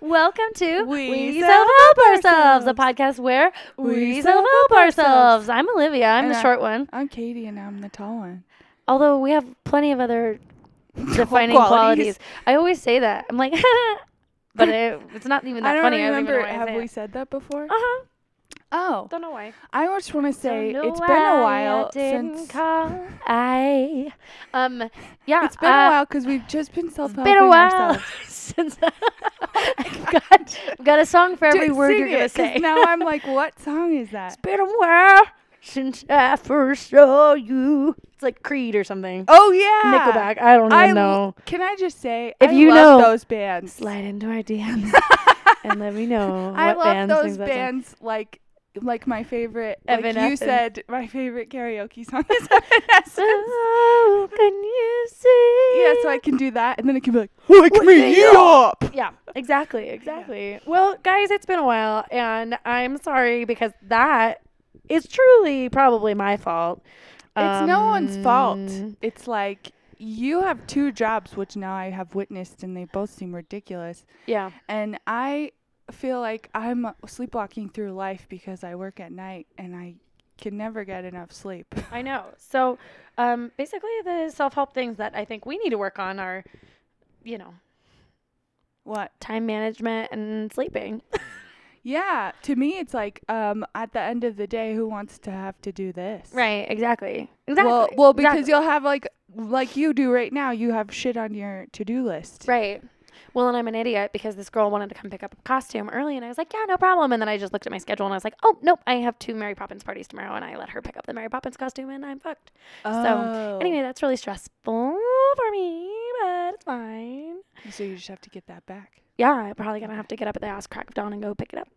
Welcome to We Self-Help Ourselves, the podcast where We we self-help self-help ourselves. I'm Olivia. I'm And the I- short one. I'm Katie and I'm the tall one. Although we have plenty of other defining Qualities. qualities. I always say that. I'm like, but it, it's not even that I don't funny. remember. I have don't even know why I say we it. said that before? Uh-huh. Oh, Don't know why. I just want to say Don't know it's been a why I while didn't since call. I um yeah. it's been a uh, while because we've just been self-helping Been a while ourselves. since I've got, I've got a song for every Dude, word sing you're gonna it, 'cause say. now I'm like, what song is that? been a while since I first saw you. It's like Creed or something. Oh yeah, Nickelback. I don't even I l- know. Can I just say, If I you love know- those bands. Slide into our DMs and let me know. I what love band those sings that song. bands like like my favorite like you Evanescence. said my favorite karaoke song is Evanescence. So Oh, can you see? yeah, so I can do that and then it can be like wake me me up. Yeah, exactly, exactly. Well, guys, it's been a while, and I'm sorry because that is truly probably my fault. It's no one's fault. Um, It's like you have two jobs which now I have witnessed and they both seem ridiculous. Yeah. And I feel like I'm sleepwalking through life because I work at night and I can never get enough sleep. I know. So, um, basically, the self help things that I think we need to work on are, you know, What? time management and sleeping. Yeah, to me it's like um at the end of the day who wants to have to do this? Right. Exactly. Exactly. Well, well, because exactly. you'll have like like you do right now, you have shit on your to-do list. Right. Well, and I'm an idiot because this girl wanted to come pick up a costume early, and I was like, "Yeah, no problem." And then I just looked at my schedule and I was like, "Oh, nope, I have two Mary Poppins parties tomorrow," and I let her pick up the Mary Poppins costume, and I'm fucked. Oh. So, anyway, that's really stressful for me, but it's fine. so you just have to get that back. Yeah, I'm probably gonna have to get up at the ass crack of dawn and go pick it up.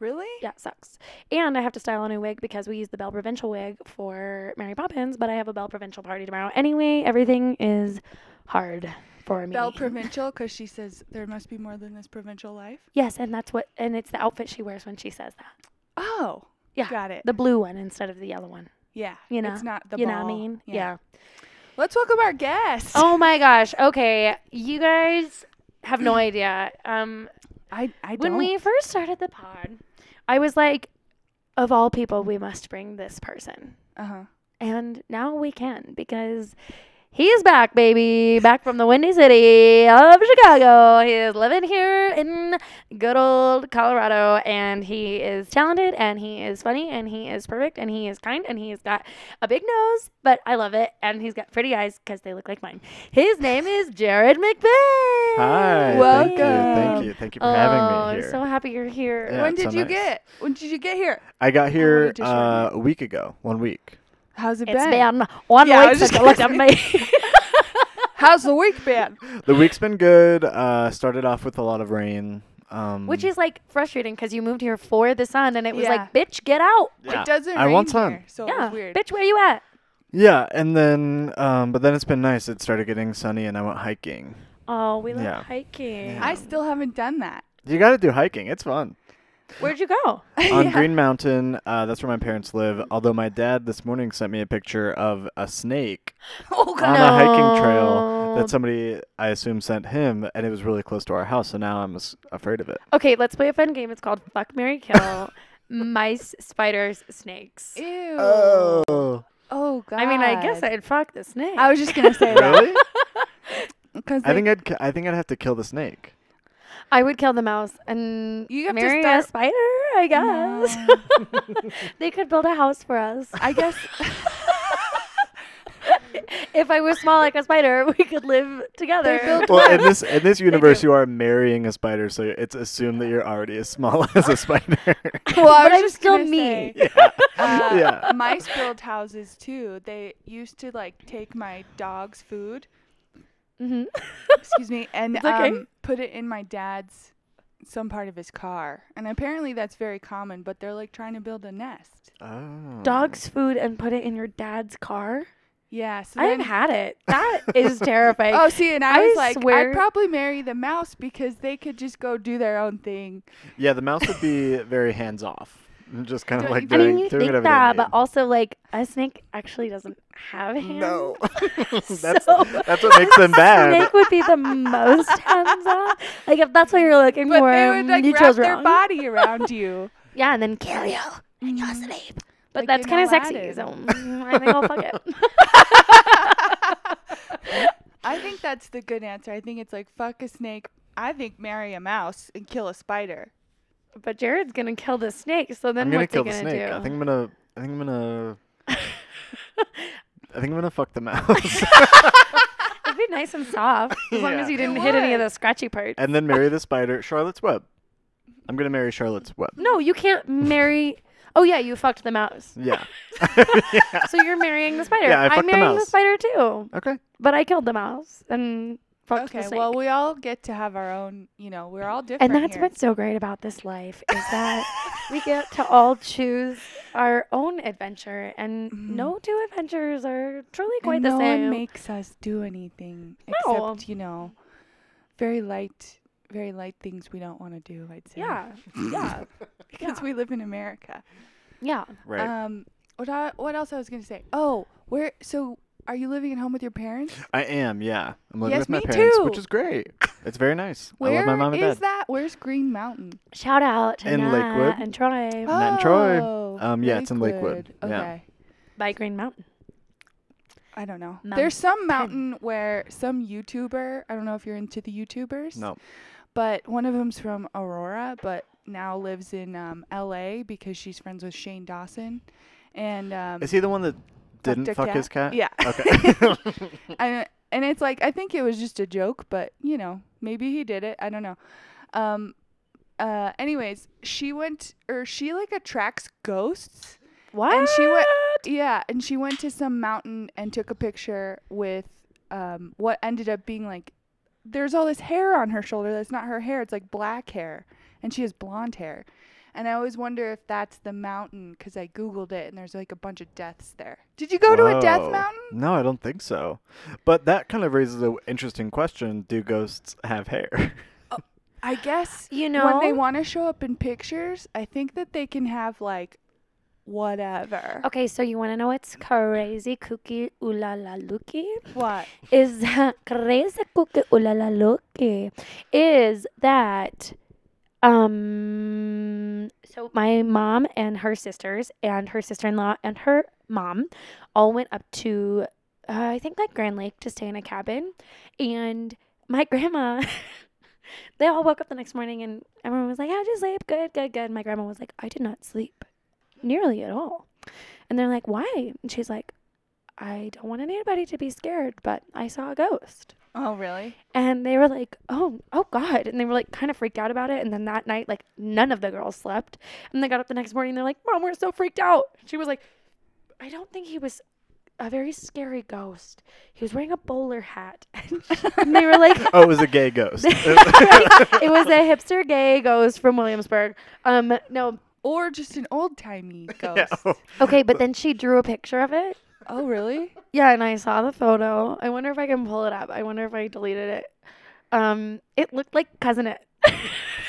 Really? Yeah, it sucks. And I have to style a new wig because we use the Bell Provincial wig for Mary Poppins, but I have a Bell Provincial party tomorrow. Anyway, everything is hard for me. Bell provincial cuz she says there must be more than this provincial life. yes, and that's what, and it's the outfit she wears when she says that. Oh. Yeah. Got it. The blue one instead of the yellow one. yeah. you know, It's not the you know ball. what I mean? Yeah. Let's welcome our guest. Oh my gosh. Okay. You guys have no idea. Um, I I when don't we first started the pod, I was like, of all people, we must bring this person. Uh-huh. And now we can because he's back, baby. Back from the windy city of Chicago. He is living here in good old Colorado. And he is talented and he is funny and he is perfect and he is kind and he's got a big nose, but I love it. And he's got pretty eyes because they look like mine. His name is Jared McVeigh. Hi. Thank you. Welcome. Thank you. Thank you for having Oh, me here. I'm so happy you're here. Yeah, when it's did so you nice. get? When did you get here? I got wanted here to share uh, a week ago. One week. How's it It's been? been one Yeah, I week was just since you looked at me. How's the week been? The week's been good. Uh, started off with a lot of rain. Um, Which is like frustrating because you moved here for the sun, and it was Yeah. like, bitch, get out. yeah. It doesn't I rain want sun. here, so yeah, it's weird. bitch, where you at? Yeah, and then um, but then it's been nice. It started getting sunny, and I went hiking. Oh, we love Yeah. hiking. I still haven't done that. You got to do hiking. It's fun. Where'd you go? On Yeah. Green Mountain, uh, that's where my parents live. Although my dad this morning sent me a picture of a snake Oh on a hiking trail No. that somebody I assume sent him, and it was really close to our house. So now I'm s- afraid of it. Okay, let's play a fun game. It's called Fuck Mary Kill Mice, Spiders, Snakes. Ew. Oh, Oh god. I mean, I guess I'd fuck the snake. I was just gonna say that really? because I think I'd ki- I think I'd have to kill the snake. I would kill the mouse and You have to marry a start- spider, I guess. they could build a house for us. I guess If I was small like a spider, we could live together. build- Well, in this in this universe, do. you are marrying a spider, so it's assumed that you're already as small as a spider. well, I But was I'm just still gonna me. say, yeah, uh, yeah. mice build houses too. They used to like take my dog's food, Mhm. excuse me, and It's okay. um, put it in my dad's some part of his car. And apparently that's very common, but they're like trying to build a nest. Oh. Dog's food and put it in your dad's car? Yeah. So I then, haven't had it. That is terrifying. Oh, see, and I, I was like, swear- I'd probably marry the mouse because they could just go do their own thing. Yeah, the mouse would be very hands off. Just kind of Don't like you- I doing, mean, you doing think it every that, day. but also like a snake actually doesn't have hands. no, that's So- that's what makes them bad. Snake would be the most hands on. Like if that's what you're looking But for, they would like you wrap chose their wrong. body around you. Yeah, and then kill you and you'll sleep. But Mm-hmm. Like that's in kind of sexy, Aladdin. so mm, I think I'll fuck it. I think that's the good answer. I think it's like fuck a snake. I think marry a mouse and kill a spider. But Jared's gonna kill the snake, so then I'm gonna what's kill he the gonna snake. do? I think I'm gonna. I think I'm gonna. I think I'm gonna fuck the mouse It'd be nice and soft, as long Yeah. as you It didn't hit any of would. the scratchy parts. and then marry the spider. Charlotte's Web. I'm gonna marry Charlotte's Web. no, you can't marry. Oh yeah, you fucked the mouse. Yeah. So you're marrying the spider. Yeah, I I'm fucked the marrying the mouse. spider too, Okay. but I killed the mouse and fucked the Okay, snake. well we all get to have our own. You know, we're all different. and that's here. what's so great about this life is that we get to all choose our own adventure, and no two adventures are truly quite Mm-hmm. And the no same. one makes us do anything No. except you know, very light, very light things we don't want to do. I'd say. yeah, yeah, because we live in America. yeah. Right. Um, what I, what else I was gonna say? Oh, where? So are you living at home with your parents? I am. Yeah. I'm living Yes, with my me parents, which too. is great. It's very nice. I Where is love my mom and dad. that? Where's Green Mountain? Shout out to In Nat Lakewood. and Troy Nat and Troy. Oh, Um, yeah, it's in Lakewood. Okay. Yeah. by Green Mountain. I don't know. Mountain. There's some mountain where some YouTuber, I don't know if you're into the YouTubers, No. but one of them's from Aurora, but now lives in um, LA because she's friends with Shane Dawson. And um, Is he the one that didn't a fuck his cat? Yeah. Okay. and and it's like I think it was just a joke, but you know, maybe he did it. I don't know. Um uh anyways, she went or she like attracts ghosts. What? And she went Yeah, and she went to some mountain and took a picture with um what ended up being like there's all this hair on her shoulder that's not her hair, it's like black hair and she has blonde hair. And I always wonder if that's the mountain because I googled it and there's like a bunch of deaths there. Did you go to a death Whoa. mountain? No, I don't think so. But that kind of raises an interesting question. Do ghosts have hair? I guess You when they know? want to show up in pictures, I think that they can have like whatever. Okay, so you want to know what's crazy kooky oola la looky? What? Is that crazy kooky oola la looky? Is that um so my mom and her sisters and her sister-in-law and her mom all went up to uh, I think like Grand Lake to stay in a cabin and my grandma they all woke up the next morning and everyone was like, How'd you sleep? Good, good, good. My grandma was like, I did not sleep nearly at all. And they're like, Why? And she's like, I don't want anybody to be scared, but I saw a ghost. Oh, really? And they were like, Oh, oh God. And they were like kind of freaked out about it. And then that night, like none of the girls slept. And they got up the next morning and they're like, Mom, we're so freaked out. She was like, I don't think he was a very scary ghost. He was wearing a bowler hat. and they were like, Oh, it was a gay ghost. it was a hipster gay ghost from Williamsburg. Um, no, Or just an old timey Yeah. ghost. okay, but then she drew a picture of it. Oh, really? Yeah, and I saw the photo. I wonder if I can pull it up. I wonder if I deleted it. Um, it looked like cousin it. Did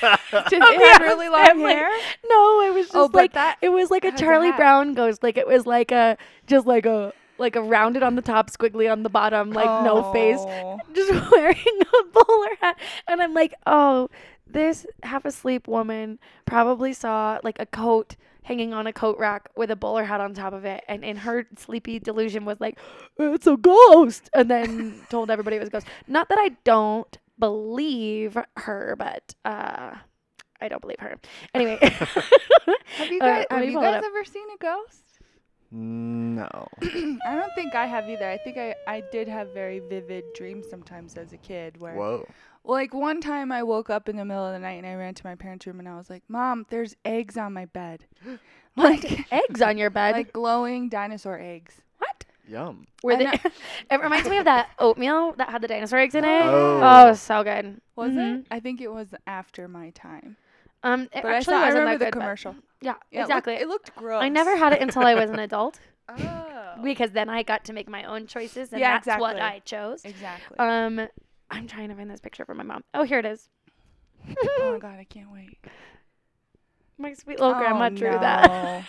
Oh, it yeah, have really long I'm like- hair? No, it was just Oh, but like that It was like a has a Charlie hat. Brown ghost. Like it was like a just like a like a rounded on the top, squiggly on the bottom, like no face. Oh. just wearing a bowler hat and i'm like oh this half asleep woman probably saw like a coat hanging on a coat rack with a bowler hat on top of it and in her sleepy delusion was like it's a ghost and then told everybody it was a ghost not that i don't believe her but uh i don't believe her anyway Have you All guys, right, Uh, let have me you pull it guys up. ever seen a ghost? no. Mm, I don't think I have either. I think I, I did have very vivid dreams sometimes as a kid where Whoa. Well, like one time I woke up in the middle of the night and I ran to my parents' room and I was like, "Mom, there's eggs on my bed." Like eggs on your bed like glowing dinosaur eggs. what Yum. where I they, know. it reminds me of that oatmeal that had the dinosaur eggs in it Oh. oh so good Was Mhm. it? I think it was after my time. Um, it But actually I, saw, I wasn't remember that the good, but- commercial. Yeah, Yeah, exactly. It looked, it looked gross. I never had it until I was an adult Oh. because then I got to make my own choices, and Yeah, that's what exactly. I chose. exactly. Um, I'm trying to find this picture for my mom. Oh, here it is. oh my god, I can't wait. My sweet little grandma drew that. no.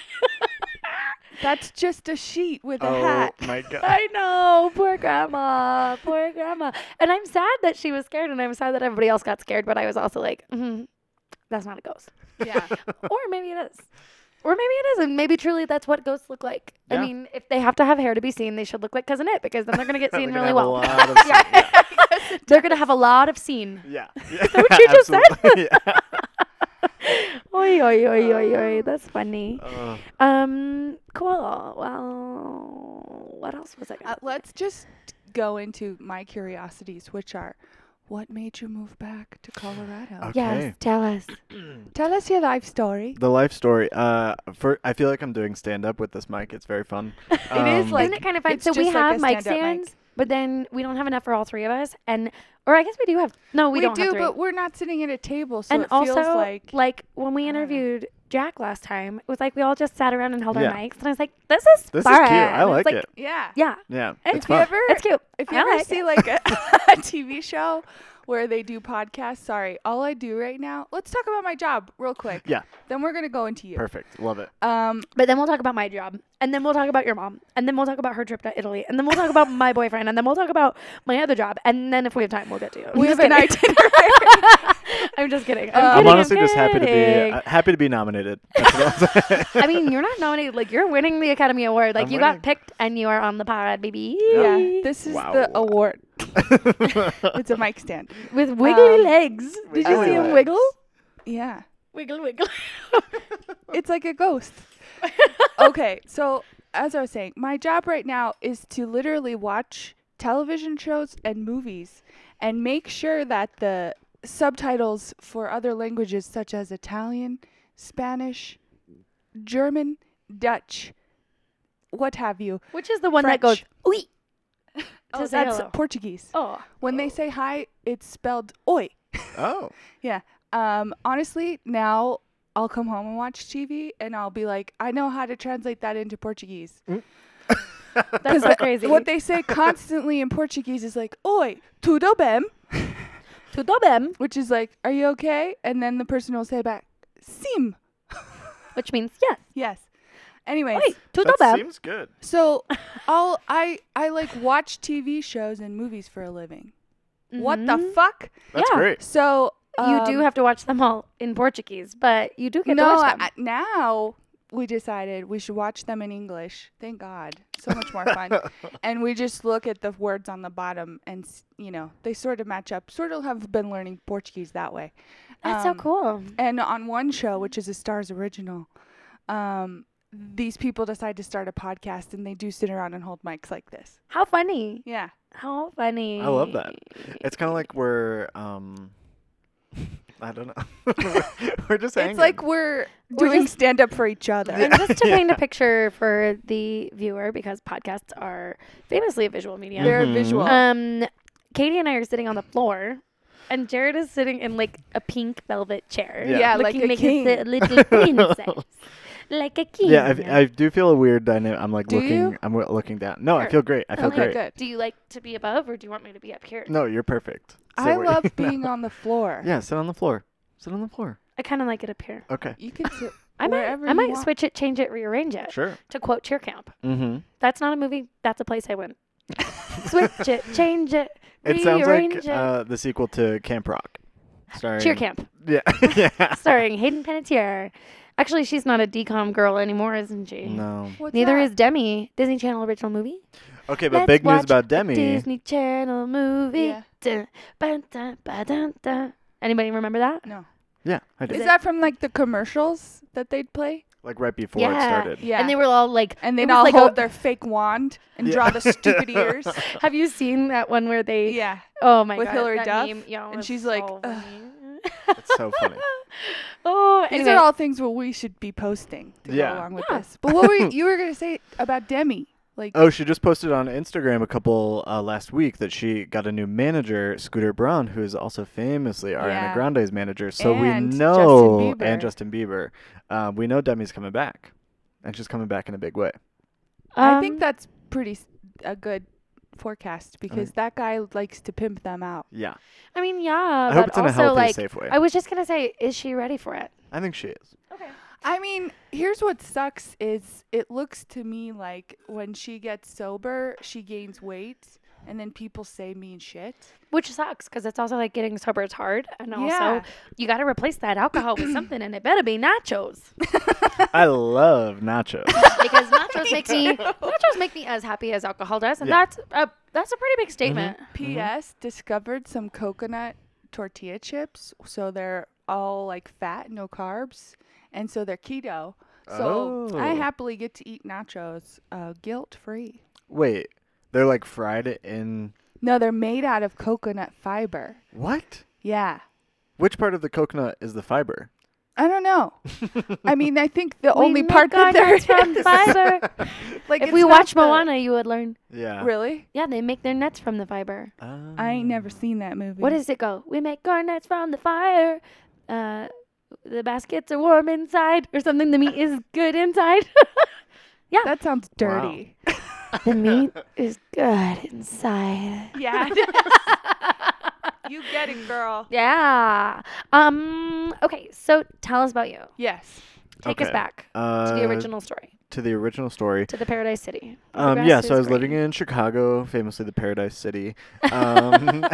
That's just a sheet with a hat. Oh my god. I know, poor grandma, poor grandma. And I'm sad that she was scared, and I'm sad that everybody else got scared. But I was also like, mm, that's not a ghost, Yeah. or maybe it is, or maybe it is, and maybe truly that's what ghosts look like. Yeah. I mean, if they have to have hair to be seen, they should look like cousin it because then they're gonna get They're seen gonna really have a well. lot of- yeah. They're gonna have a lot of scene. Yeah. what you just said? Absolutely, yeah. Oi, oi, oi, oi, oi. That's funny. Ugh. Um, cool. Well, what else was I gonna? Uh, let's just go into my curiosities, which are what made you move back to Colorado? Okay. Yes, tell us. Tell us your life story. The life story. Uh, for I feel like I'm doing stand up with this mic. It's very fun. Um, It is is like- Isn't it kind of fun? it's So we just like have a mic stand-up mic. stands, but then we don't have enough for all three of us, and or I guess we do have. No, we, don't do, have three. but we're not sitting at a table, so and it also, feels like, when we I don't know. interviewed Jack last time, it was like we all just sat around and held Yeah. our mics, and I was like, "This is this fun. is cute. I It's like, it. yeah. Yeah, Yeah. If it's If you fun. ever, it's cute. if you I ever like see it. like a, a TV show where they do podcasts, sorry, all I do right now. Let's talk about my job real quick. Yeah. Then we're gonna go into you. Perfect. Love it. Um, But then we'll talk about my job, and then we'll talk about your mom, and then we'll talk about her trip to Italy, and then we'll talk about my boyfriend, and then we'll talk about my other job, and then if we have time, we'll get to you. I'm we just have an kidding. itinerary. I'm just kidding. I'm, Um, kidding, I'm honestly I'm just happy to be kidding. uh, happy to be nominated. That's what I'm saying. I mean, you're not nominated. Like you're winning the Academy Award. Like I'm you winning. got picked, and you are on the pod, baby. yeah, this is Wow. the award. It's a mic stand. with wiggly Um, legs. Did you wiggly see him legs. wiggle? Yeah. Wiggle, wiggle. it's like a ghost. okay, so as I was saying, my job right now is to literally watch television shows and movies and make sure that the subtitles for other languages such as Italian, Spanish, German, Dutch, what have you. Which is the one that goes French. oi? Oh, To say that's hello. Portuguese. Oh, When they say hi, it's spelled oi. oh. Yeah. Um, honestly, now I'll come home and watch TV and I'll be like, I know how to translate that into Portuguese. that's so crazy. What they say constantly in Portuguese is like, oi, tudo bem, Tudo bem, which is like, are you okay? And then the person will say back, sim. which means yes. Yes. Anyways, Oi, tudo That bem. seems good. so I'll, I, I like watch TV shows and movies for a living. What the Mhm. fuck? That's Yeah. great. So you do um, have to watch them all in Portuguese, but you do get to no, watch them. I, I- now we decided we should watch them in English. Thank God, so much more fun. and we just look at the words on the bottom, and s- you know they sort of match up. Sort of have been learning Portuguese that way. that's Um, so cool. And on one show, which is a Stars original, um, these people decide to start a podcast, and they do sit around and hold mics like this. How funny. Yeah, How funny. I love that. It's kind of like we're um, I don't know. we're just hanging. it's like we're We're doing just- stand up for each other. And just to paint a picture for the viewer, because podcasts are famously a visual medium. They're Mhm. visual. Um, Katie and I are sitting on the floor, and Jared is sitting in like a pink velvet chair. Yeah. Yeah, like looking a like king. a little princess, like a king. Mm-hmm. yeah, I, I do feel a weird dynamic. I'm like Do looking. you? I'm w- looking down. No, I Sure. feel great. I feel Okay, great. good. do you like to be above, or do you want me to be up here? No, you're perfect. Sit I where- love being on the floor. Yeah, sit on the floor. Sit on the floor. I kind of like it up here. Okay. You can sit I might, wherever I you might want. switch it, change it, rearrange it. Sure. To quote Cheer Camp, Mm-hmm. that's not a movie. That's a place I went. switch it, change it, It sounds rearrange like it. uh, the sequel to Camp Rock. Starring, Cheer Camp, Yeah. yeah. starring Hayden Panettiere. Actually, she's not a decom girl anymore, isn't she? No. What's Neither is that? Demi. Disney Channel original movie. Okay, but Let's big news watch about Demi. Disney Channel movie. Yeah. Dun, ba, dun, ba, dun, dun. Anybody remember that? No. Yeah, I Is, did. it- that from like the commercials that they'd play? Like right before it Yeah. started. Yeah. And they were all like, it and they'd was all like hold a- their fake wand and Yeah. draw the stupid ears. Oh. Have you seen that one where they? Yeah. Oh my With god. Hillary that Duff, meme, yeah, and was she's like, so "Ugh." funny. It's so funny. oh, These anyway. are all things what we should be posting to Yeah. go along with Yeah. this. But what were you, you were gonna say about Demi? Like Oh, she just posted on Instagram a couple uh, last week that she got a new manager, Scooter Braun, who is also famously Yeah. Ariana Grande's manager. So And we Justin know, Bieber. and Justin Bieber, uh, we know Demi's coming back, and she's coming back in a big way. I think Um, that's pretty s- a good forecast because that guy likes to pimp them out. Yeah. I mean, yeah, I but hope it's in a also healthy, like safe way. I was just gonna say, is she ready for it? I think she is. Okay. I mean, here's what sucks is it looks to me like when she gets sober, she gains weight and then people say mean shit. Which sucks because it's also like getting sober is hard, and Yeah. also you got to replace that alcohol with something, and it better be nachos I love nachos. because nachos makes me nachos make me as happy as alcohol does, and Yeah. that's a that's a pretty big statement. Mm-hmm. P.S. discovered some coconut tortilla chips, so they're all like fat, no carbs, and so they're keto. So I Oh. happily get to eat nachos, uh, guilt free. Wait, they're like fried in No, they're made out of coconut fiber. what? Yeah. Which part of the coconut is the fiber? I don't know. I mean, I think the only we part make that they're our nuts from fiber. like if it's we not watch the- Moana, you would learn. Yeah. Uh, Mm. Really? Yeah, they make their nets from the fiber. I ain't never seen that movie. What does it go? We make our nets from the fire. Uh, the baskets are warm inside, or something. The meat is good inside. that? Sounds dirty. the meat is good inside. Yeah. you get it, girl. Yeah. Um. Okay. So tell us about you. Yes. Take us Okay. back Uh, to the original story, to the original story. to the Paradise City. where the Um, grass yeah, so is I was living green. in Chicago, famously the Paradise City. Um, where the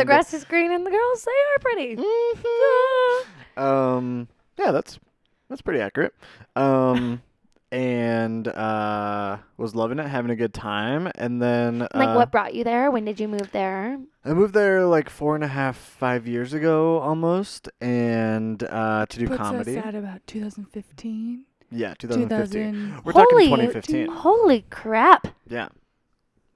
and, grass is green and the girls they are pretty. Mm-hmm. Ah. Um, yeah, that's that's pretty accurate. Um, and uh, was loving it, having a good time, and then uh, Like, what brought you there? When did you move there? I moved there like four and a half, five years ago almost, and uh, to do What's comedy. so sad about 2015? Yeah, 2015. 2000. We're Holy- talking 2015. Holy crap! Yeah.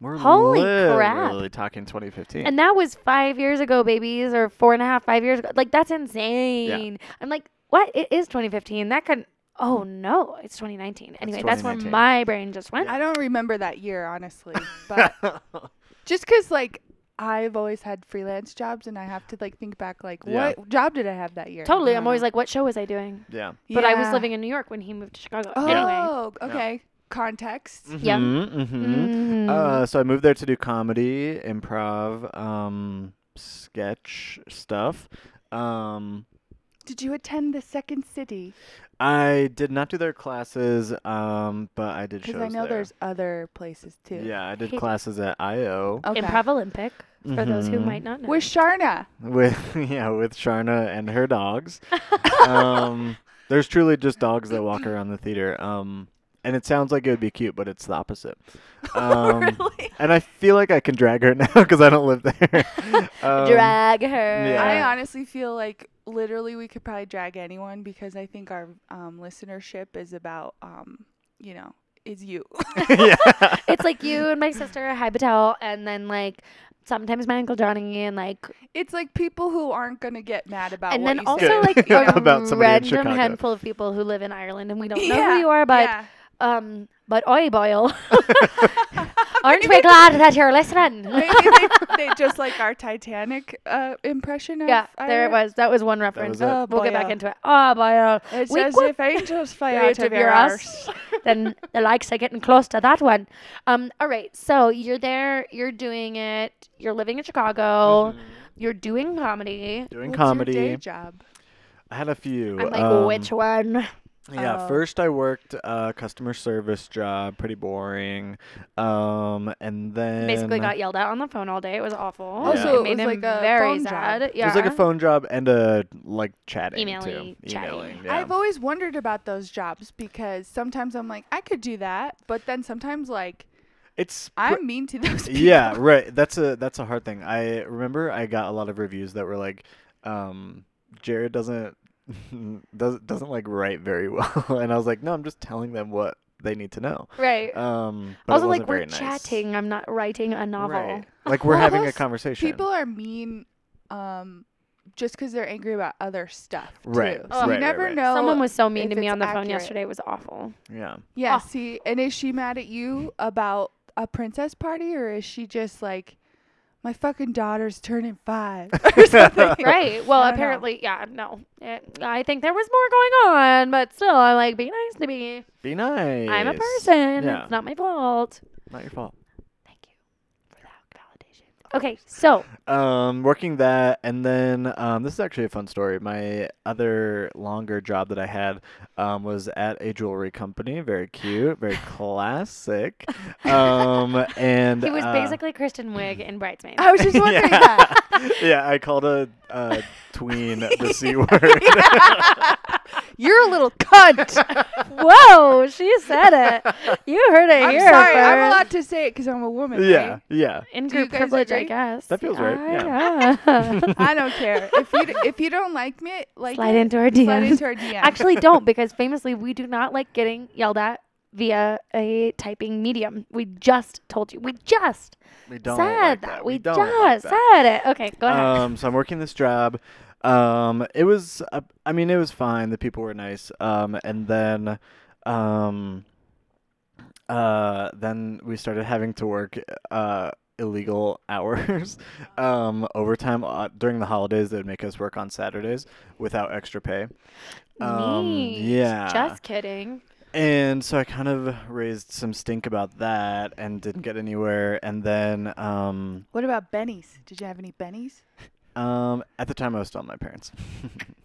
We're Holy crap. literally talking 2015. And that was five years ago, babies, or four and a half, five years ago. Like, that's insane. I'm like, what? It is 2015. That could. Oh no, it's 2019. Anyway, that's where 2019. my brain just went. I don't remember that year, honestly. But just because, like, I've always had freelance jobs and I have to, like, think back, like, Yeah. what job did I have that year? Totally. I'm always like, what show was I doing? yeah. But I was living in New York when he moved to Chicago. Oh, Anyway. okay. Context. Yeah. Mhm, mhm. Mm. Uh, so I moved there to do comedy, improv, um, sketch stuff. Um, Did you attend the second city? I did not do their classes, um, but I did shows Because I know there. there's other places too. Yeah, I did Hey. classes at IO Okay. Improv Olympic, for those who Mhm. might not know. With Sharna. with yeah with Sharna and her dogs. um, there's truly just dogs that walk around the theater. Um, and it sounds like it would be cute, but it's the opposite. Um, really? And I feel like I can drag her now because I don't live there. Um, Drag her. yeah. I honestly feel like literally we could probably drag anyone because I think our um, listenership is about, um, you know, is you. yeah. uh, It's like you and my sister, Hi Patel, and then like sometimes my uncle Johnny and like it's like people who aren't gonna get mad about. and what then you also say. said. like Good. a About somebody in random Chicago. handful of people who live in Ireland and we don't know Yeah, who you are, but yeah. um, but oi boil, aren't we glad that you're listening? Maybe they, they just like our Titanic uh, impression. Of yeah, there it Ireland. was. That was one reference. was it. Oh, we'll get boyo. back into it. Oh boil. It's We as quit- if angels fly Right out of your arse. then the likes are getting close to that one. Um, all right, so you're there, you're doing it, you're living in Chicago, Mm-hmm. you're doing comedy. Doing What's Your day comedy. job. I had a few. I'm like, um, which one? Yeah, Oh. first I worked a customer service job, pretty boring. Um, and then Basically got yelled at on the phone all day. It was awful. Oh, so it was made him like a very phone job. sad. It Yeah. was like a phone job and a like chatting E Emailing, too. chatting. Emailing, yeah. I've always wondered about those jobs because sometimes I'm like, I could do that, but then sometimes like it's pr- I'm mean to those people. yeah, right. That's a that's a hard thing. I remember I got a lot of reviews that were like, um, Jared doesn't does doesn't like write very well, and I was like, no, I'm just telling them what they need to know. Right. Um, but it also, wasn't like, we're very nice. chatting. I'm not writing a novel. Right. Like we're Well, having a plus conversation. People are mean um, just because they're angry about other stuff. Right, Too. right, So you right, never right. know. Someone was so mean to if me it's on the phone accurate. yesterday. It was awful. yeah. Yeah, Oh. see, and is she mad at you about a princess party or is she just like, my fucking daughter's turning five or something? right. Well, I don't know. apparently, yeah, no. It, I think there was more going on, but still, I'm like, be nice to me. Be nice. I'm a person. Yeah. It's not my fault. Not your fault. Thank you for Okay, so um, working that, and then um, this is actually a fun story. My other longer job that I had um, was at a jewelry company. Very cute, very classic. Um, and he was uh, basically Kristen Wiig in Bridesmaids. I was just wondering yeah, that. yeah, I called a, a tween the c word. You're a little cunt. Whoa, she said it. You heard it I'm here. sorry. i I'm first. allowed to say it because I'm a woman. yeah, right? yeah. In Do you group guys privilege, I agree? guess. That feels right, Ah, yeah. yeah. I don't care. If you d- if you don't like me, like Slide it, into our Slide DMs. into our DM. Actually, don't because famously we do not like getting yelled at via a typing medium. We just told you. We just We don't said like that. that. We, don't just like that. said it. Okay, go ahead. Um, so I'm working this job. Um, it was, uh, I mean, it was fine. The people were nice. Um, and then, um, uh, then we started having to work uh, illegal hours, um, overtime uh, during the holidays. They would make us work on Saturdays without extra pay. Um, Neat. yeah. Just kidding. And so I kind of raised some stink about that and didn't get anywhere. And then, um, what about Bennies? Did you have any Bennies? Um, at the time, I was still at my parents.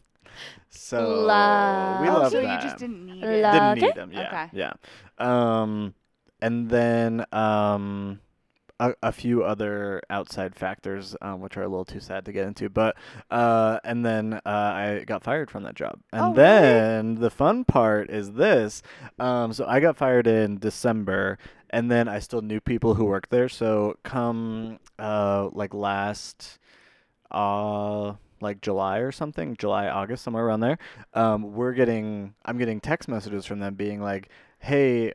so we Love. oh, love so them. you just didn't need it. Love- Didn't Okay. need them. Yeah, Okay. yeah. Um, and then um, a, a few other outside factors, um, which are a little too sad to get into. But uh, and then uh, I got fired from that job. And Oh, really? then the fun part is this. Um, so I got fired in December, and then I still knew people who worked there. So come uh, like last uh like July or something, July, August, somewhere around there. Um, we're getting I'm getting text messages from them being like, "Hey,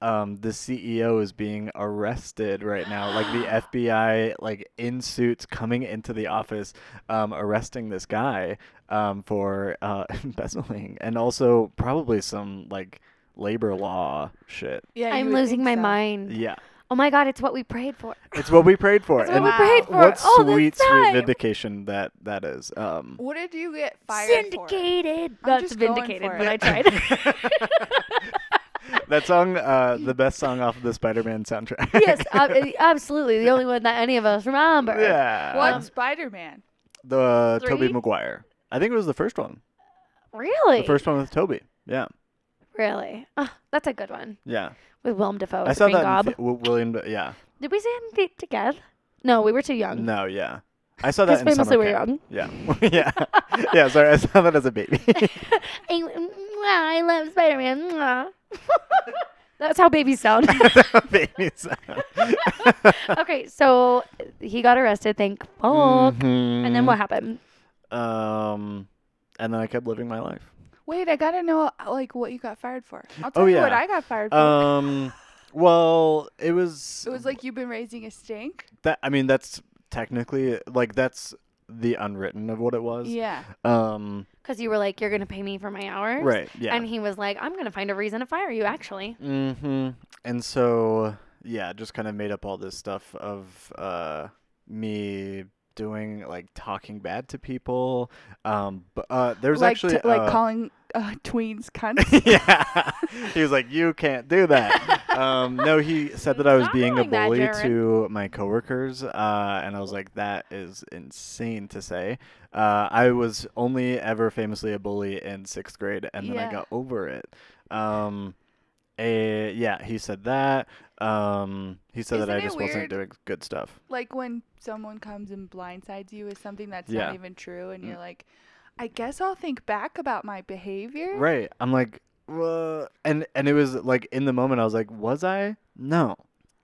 um, the CEO is being arrested right now. Like the FBI, like in suits, coming into the office, um, arresting this guy um, for uh, embezzling and also probably some like labor law shit. Yeah, you I'm would losing think my so. mind. Yeah, Oh my god, it's what we prayed for. it's what we prayed for. It's what and we Wow. prayed for. What all sweet, this time. sweet vindication that that is. Um, What did you get fired for? Syndicated. That's just going vindicated, for but it. I tried. that song, uh, the best song off of the Spider-Man soundtrack. yes, ab- absolutely. The only one that any of us remember. yeah. What Spider Man? The uh, Toby Three? Maguire. I think it was the first one. Really? The first one with Toby. Yeah. Really? Oh, that's a good one. Yeah. Oh, With Willem Dafoe. I as saw the Green that in Gob. the- Wi- William yeah. Did we see it in the- together? No, we were too young. No, yeah. I saw that in Because famously summer we're camp. young. Yeah. yeah. Yeah, sorry. I saw that as a baby. I, mwah, I love Spider Man. That's how babies sound. baby sound. okay, so he got arrested, thank fuck. And then Mhm. what happened? Um and then I kept living my life. Wait, I gotta know uh, like what you got fired for. I'll tell Oh, you what yeah. I got fired for. Um well, it was it was like you've been raising a stink. that I mean that's technically like that's the unwritten of what it was. Yeah. Um Because you were like, you're going to pay me for my hours. right, yeah. And he was like, I'm going to find a reason to fire you, actually. Mm-hmm. And so, yeah, just kind of made up all this stuff of uh, me doing like talking bad to people. Um, but uh, there was like actually t- like uh, calling uh, tweens cunts. yeah, he was like, "You can't do that." um, no, he said that I was Stop being a doing that, bully Jared. to my coworkers, uh, and I was like, "That is insane to say." Uh, I was only ever famously a bully in sixth grade, and then I Yeah. got over it. Um, eh, yeah, he said that. Um, he said that Isn't I it just wasn't weird? doing good stuff. like when someone comes and blindsides you with something that's Yeah. not even true, and Mm. you're like, I guess I'll think back about my behavior. Right. I'm like, "Wha-" and and it was like in the moment, I was like, "Was I? No."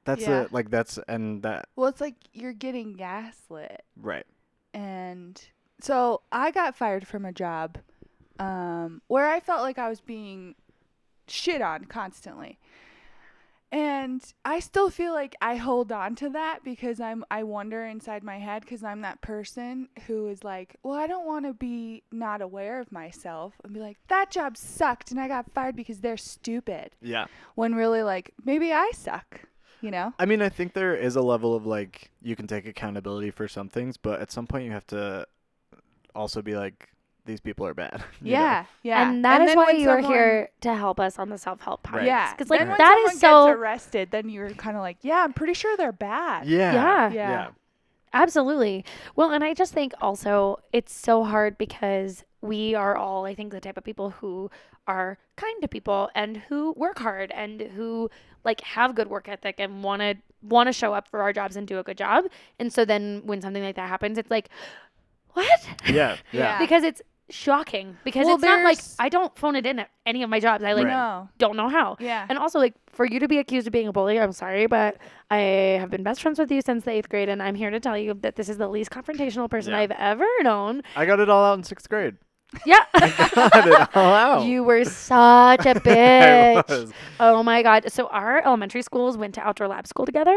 That's Yeah. a, like that's and that Well, it's like you're getting gaslit. right. and so I got fired from a job um, where I felt like I was being shit on constantly. And I still feel like I hold on to that because I'm I wonder inside my head because I'm that person who is like, well, I don't want to be not aware of myself and be like that job sucked and I got fired because they're stupid. Yeah. When really like maybe I suck, you know? I mean, I think there is a level of like you can take accountability for some things, but at some point you have to also be like, these people are bad. you know? Yeah, yeah. And that is then why when you are someone- here to help us on the self help podcast. Right. Yeah, Because, like, then when that is someone so. gets arrested, then you're kind of like, yeah, I'm pretty sure they're bad. Yeah. Yeah. Yeah. Absolutely. Well, and I just think also it's so hard because we are all, I think, the type of people who are kind to people and who work hard and who like have good work ethic and want to want to show up for our jobs and do a good job. And so then when something like that happens, it's like, what? Yeah, Yeah. yeah, because it's shocking. Because Well, it's not like there's- I don't phone it in at any of my jobs. I like Right. No. don't know how. Yeah. And also, like, for you to be accused of being a bully, I'm sorry, but I have been best friends with you since the eighth grade, and I'm here to tell you that this is the least confrontational person Yeah. I've ever known. I got it all out in sixth grade. Yeah. got it all out. You were such a I bitch. was. Oh my God. So, our elementary schools went to outdoor lab school together,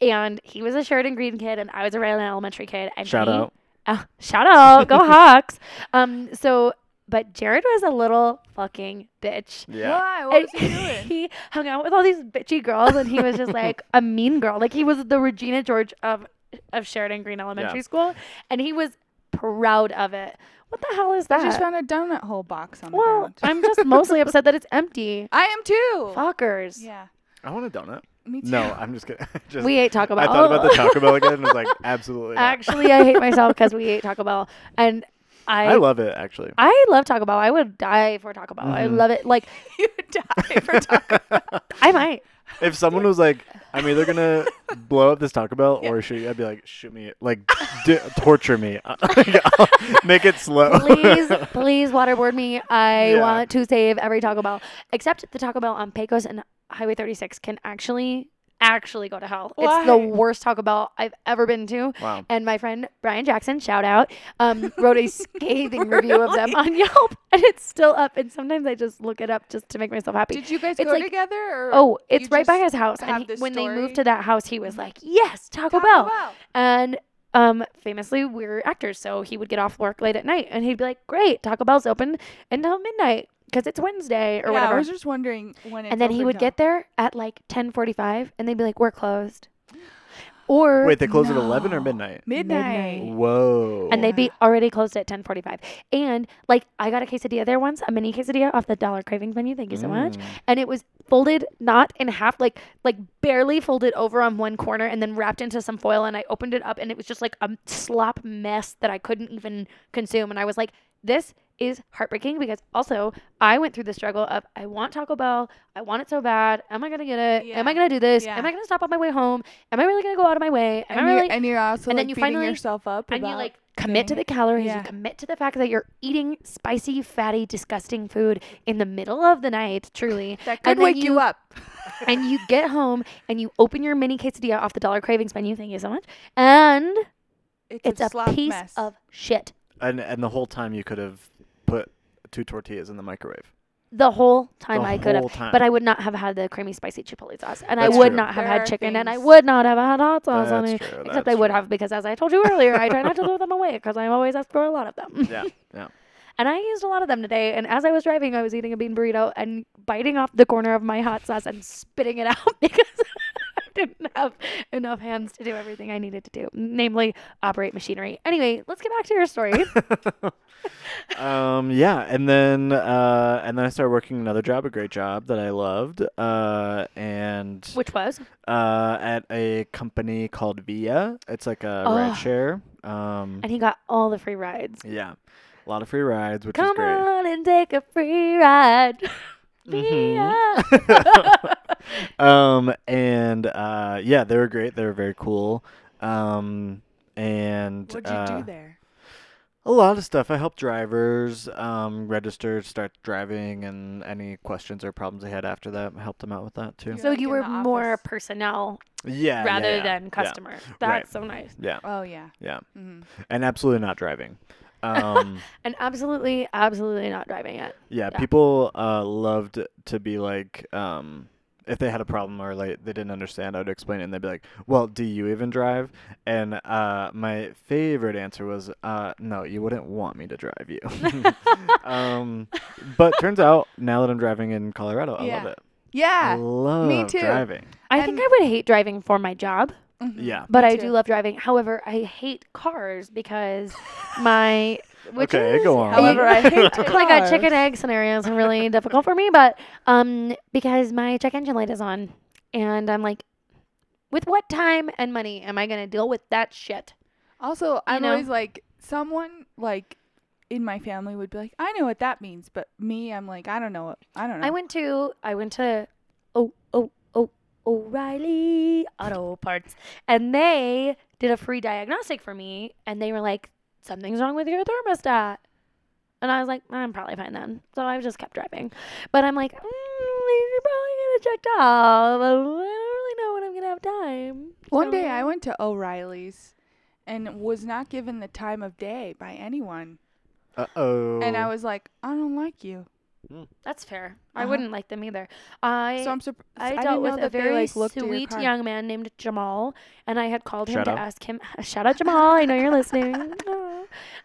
and he was a Sheridan Green kid, and I was a Raylan Elementary kid. And Shout he- out. Oh, shout out. Go Hawks. Um, so, but Jared was a little fucking bitch. Yeah. Why? What was And he doing? he hung out with all these bitchy girls, and he was just like a mean girl. Like he was the Regina George of of Sheridan Green Elementary Yeah. School, and he was proud of it. What the hell is I that? just found a donut hole box on the Well, ground. I'm just mostly upset that it's empty. I am too. Fuckers. Oh. Yeah. I want a donut. Me too. No, I'm just kidding. Just- We ate Taco Bell. I thought about the Taco Bell again and was like, absolutely. not. Actually, I hate myself because we ate Taco Bell, and I. I love it actually. I love Taco Bell. I would die for Taco Bell. I Mhm. love it. Like you die for Taco I might. if someone was like, I'm either gonna blow up this Taco Bell or shoot you, I'd be like, shoot me, like, d- torture me, Like, I'll make it slow. please, please waterboard me. I Yeah. want to save every Taco Bell, except the Taco Bell on Pecos and Highway 36 can actually, actually go to hell. It's the Why? worst Taco Bell I've ever been to. wow. And my friend Brian Jackson, shout out, um, wrote a scathing review of them on Yelp, and it's still up. And sometimes I just look it up just to make myself happy. Did you guys It's go like- together? Or Oh, it's you right by just his house. have And he- this when they moved story? to that house, he was like, "Yes, Taco, Taco Bell." Bell. And um, famously, we're actors, so he would get off work late at night, and he'd be like, "Great, Taco Bell's open until midnight because it's Wednesday or yeah, I whatever." was just wondering when. It's And then he open would till. get there at like ten forty-five, and they'd be like, "We're closed," or Wait, they close at 11 or No. midnight? midnight. Midnight. Whoa. and they'd be already closed at ten forty-five. And like, I got a quesadilla there once, a mini quesadilla off the Dollar Cravings menu. Thank you so much. Mm. And it was folded not in half, like like barely folded over on one corner, and then wrapped into some foil. And I opened it up, and it was just like a slop mess that I couldn't even consume. And I was like, this is heartbreaking because also I went through the struggle of I want Taco Bell, I want it so bad. Am I gonna get it? Am I Yeah. gonna do this? Yeah. Am I gonna stop on my way home? Am I really gonna go out of my way? Am And, I you're, really? and you're also and like then you beating finally- yourself up and you about- like commit to getting the calories you Yeah. commit to the fact that you're eating spicy fatty disgusting food in the middle of the night truly that and could then wake you, you- up. and you get home and you open your mini quesadilla off the dollar cravings menu thank you so much and it's, a, a, slop piece mess. of shit And, and the whole time you could have put two tortillas in the microwave. the whole time The i could have whole time. but i would not have had the creamy spicy chipotle sauce and That's i would true. not have There had are chicken and i things- would not have had hot sauce on That's it true, except i that's would true. have because as i told you earlier i try not to throw them away because i always ask for a lot of them Yeah. Yeah. And I used a lot of them today. And as I was driving, I was eating a bean burrito and biting off the corner of my hot sauce and spitting it out because I didn't have enough hands to do everything I needed to do, namely operate machinery. Anyway, let's get back to your story. um, yeah, and then uh, and then I started working another job, a great job that I loved, uh, and Which was? uh, at a company called Via. It's like a Oh. ride share. Um, And he got all the free rides. yeah, a lot of free rides, which Come is great. Mm-hmm. on and take a free ride. Via. Mhm. um, and uh, yeah, they were great. They were very cool. Um, and What'd you uh, do there? A lot of stuff. I help drivers um, register, start driving, and any questions or problems they had after that. I helped them out with that too. You're So like you in were the more office. personnel Yeah. yeah, rather yeah, than yeah, customer. That's Right. so nice. Yeah, Oh yeah. yeah, hmm and absolutely not driving. Um, And absolutely, absolutely not driving it. yeah, Yeah. people uh, loved to be like, um, if they had a problem or like they didn't understand, I would explain it, and they'd be like, "Well, do you even drive?" And uh, my favorite answer was, uh, "No, you wouldn't want me to drive you." um, but turns out now that I'm driving in Colorado, I love Yeah. it. I Yeah. love too. driving. I think And- I would hate driving for my job, Mhm. Yeah. but Me I too. do love driving. However, I hate cars because my which Okay, is, go on. However, I hate it's like a chicken cars. egg scenario is really difficult for me, but um, because my check engine light is on, and I'm like, with what time and money am I gonna deal with that shit? Also, I'm know? always like someone like in my family would be like, I know what that means, but me, I'm like, I don't know. What, I don't know. I went to I went to oh oh oh O'Reilly Auto Parts, and they did a free diagnostic for me, and they were like, "Something's wrong with your thermostat," and I was like, "I'm probably fine then." So I just kept driving, but I'm like, mm, "You're probably gonna check out. I don't really know when I'm gonna have time." One So- day, I went to O'Reilly's and was not given the time of day by anyone, Uh oh. and I was like, I don't like you. That's fair. I Uh-huh. wouldn't like them either. I so I'm surprised. I didn't dealt know with a that they, very like, looked at your sweet car. young man named Jamal, and I had called him Shout to out. ask him. Shout out Jamal! I know you're listening.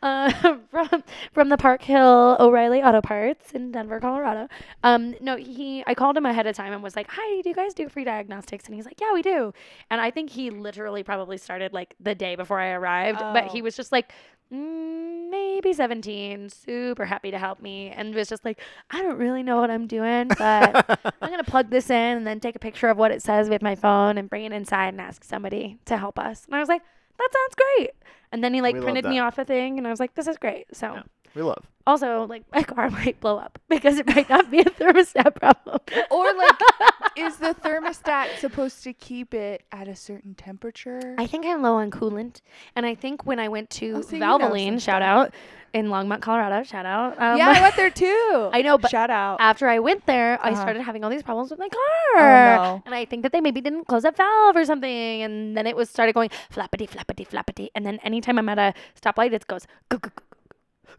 Uh, from from the Park Hill O'Reilly Auto Parts in Denver, Colorado. Um, no, he. I called him ahead of time and was like, "Hi, do you guys do free diagnostics?" And he's like, "Yeah, we do." And I think he literally probably started like the day before I arrived, but he Oh. was just like. "Mm, Maybe 17, super happy to help me, and was just like, I don't really know what I'm doing, but I'm gonna plug this in and then take a picture of what it says with my phone and bring it inside and ask somebody to help us. And I was like, that sounds great. And then he like We love printed me that. off a thing and I was like, this is great. So Yeah. we love. also like my car might blow up because it might not be a thermostat problem. Or like, is the thermostat supposed to keep it at a certain temperature? I think I'm low on coolant. And I think when I went to Oh, so you know Valvoline, some shout out in Longmont, Colorado, shout out. Um, yeah, I went there too. I know, but shout out. after I went there, I Uh-huh. started having all these problems with my car. Oh, no. And I think that they maybe didn't close that valve or something. And then it was started going flappity, flappity, flappity. And then anytime I'm at a stoplight, it goes "Guk, guk, guk,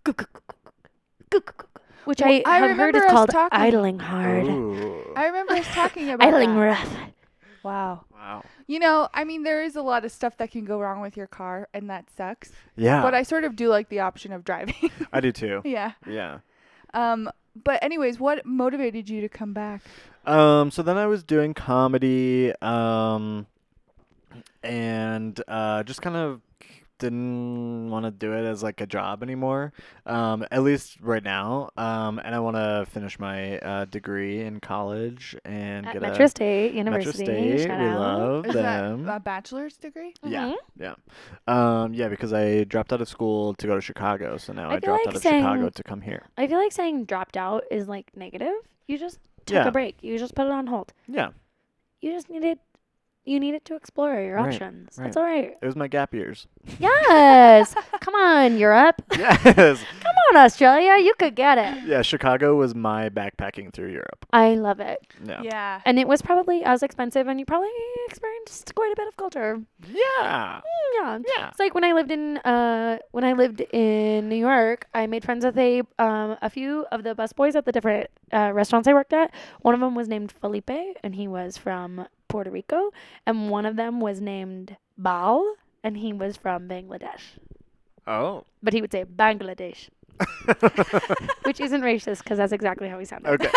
guk, guk, guk, guk, guk, guk," which Well, I I have heard remember is us called talking- idling hard, Ooh. I remember us talking about idling that. rough. Wow. Wow. You know, I mean, there is a lot of stuff that can go wrong with your car, and that sucks. Yeah. But I sort of do like the option of driving. I do too. yeah. Yeah. Um. But anyways, what motivated you to come back? Um, so then I was doing comedy, um, and uh, just kind of didn't want to do it as like a job anymore, um, at least right now. Um, and I want to finish my uh, degree in college and At get Metro a State University. Metro State. shout we out. love Is them. that a bachelor's degree? yeah, Mhm. yeah, um, yeah. Because I dropped out of school to go to Chicago, so now I I, feel dropped like out of saying- Chicago to come here. I feel like saying dropped out is like negative. You just took Yeah. a break. You just put it on hold. Yeah, You just needed, you needed to explore your Right, options. That's right. all right. it was my gap years. Yes. Come on, Europe. yes, Come on, Australia. You could get it. yeah. Chicago was my backpacking through Europe. I love it. Yeah. Yeah. And it was probably as expensive, and you probably experienced quite a bit of culture. Yeah. Mm, Yeah. Yeah. It's like when I lived in uh, when I lived in New York, I made friends with a um, a few of the busboys at the different uh, restaurants I worked at. One of them was named Felipe, and he was from Puerto Rico, and one of them was named Bal, and he was from Bangladesh. Oh. But he would say Bangladesh, which isn't racist because that's exactly how he sounded. okay.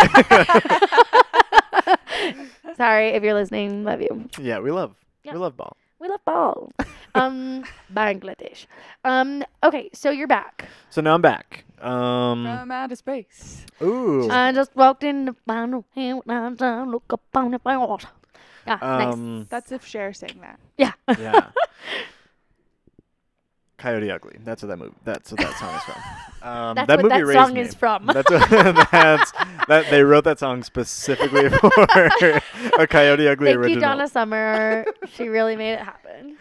Sorry if you're listening. Love you. yeah, we love Yeah. we love ball. We love ball. um, Bangladesh. Um, okay, so you're back. So now I'm back. Um. From outer space. Ooh. I just walked in the final hand and I look upon the walls. Yeah, Um. That's if Cher sang that. nice. Yeah. yeah. Coyote Ugly. That's what that movie. That's what that song is from. Um, That's that what movie that raised song me. is from. That's, what, that's that they wrote that song specifically for a Coyote Ugly Thank you, original. Donna Summer. she really made it happen.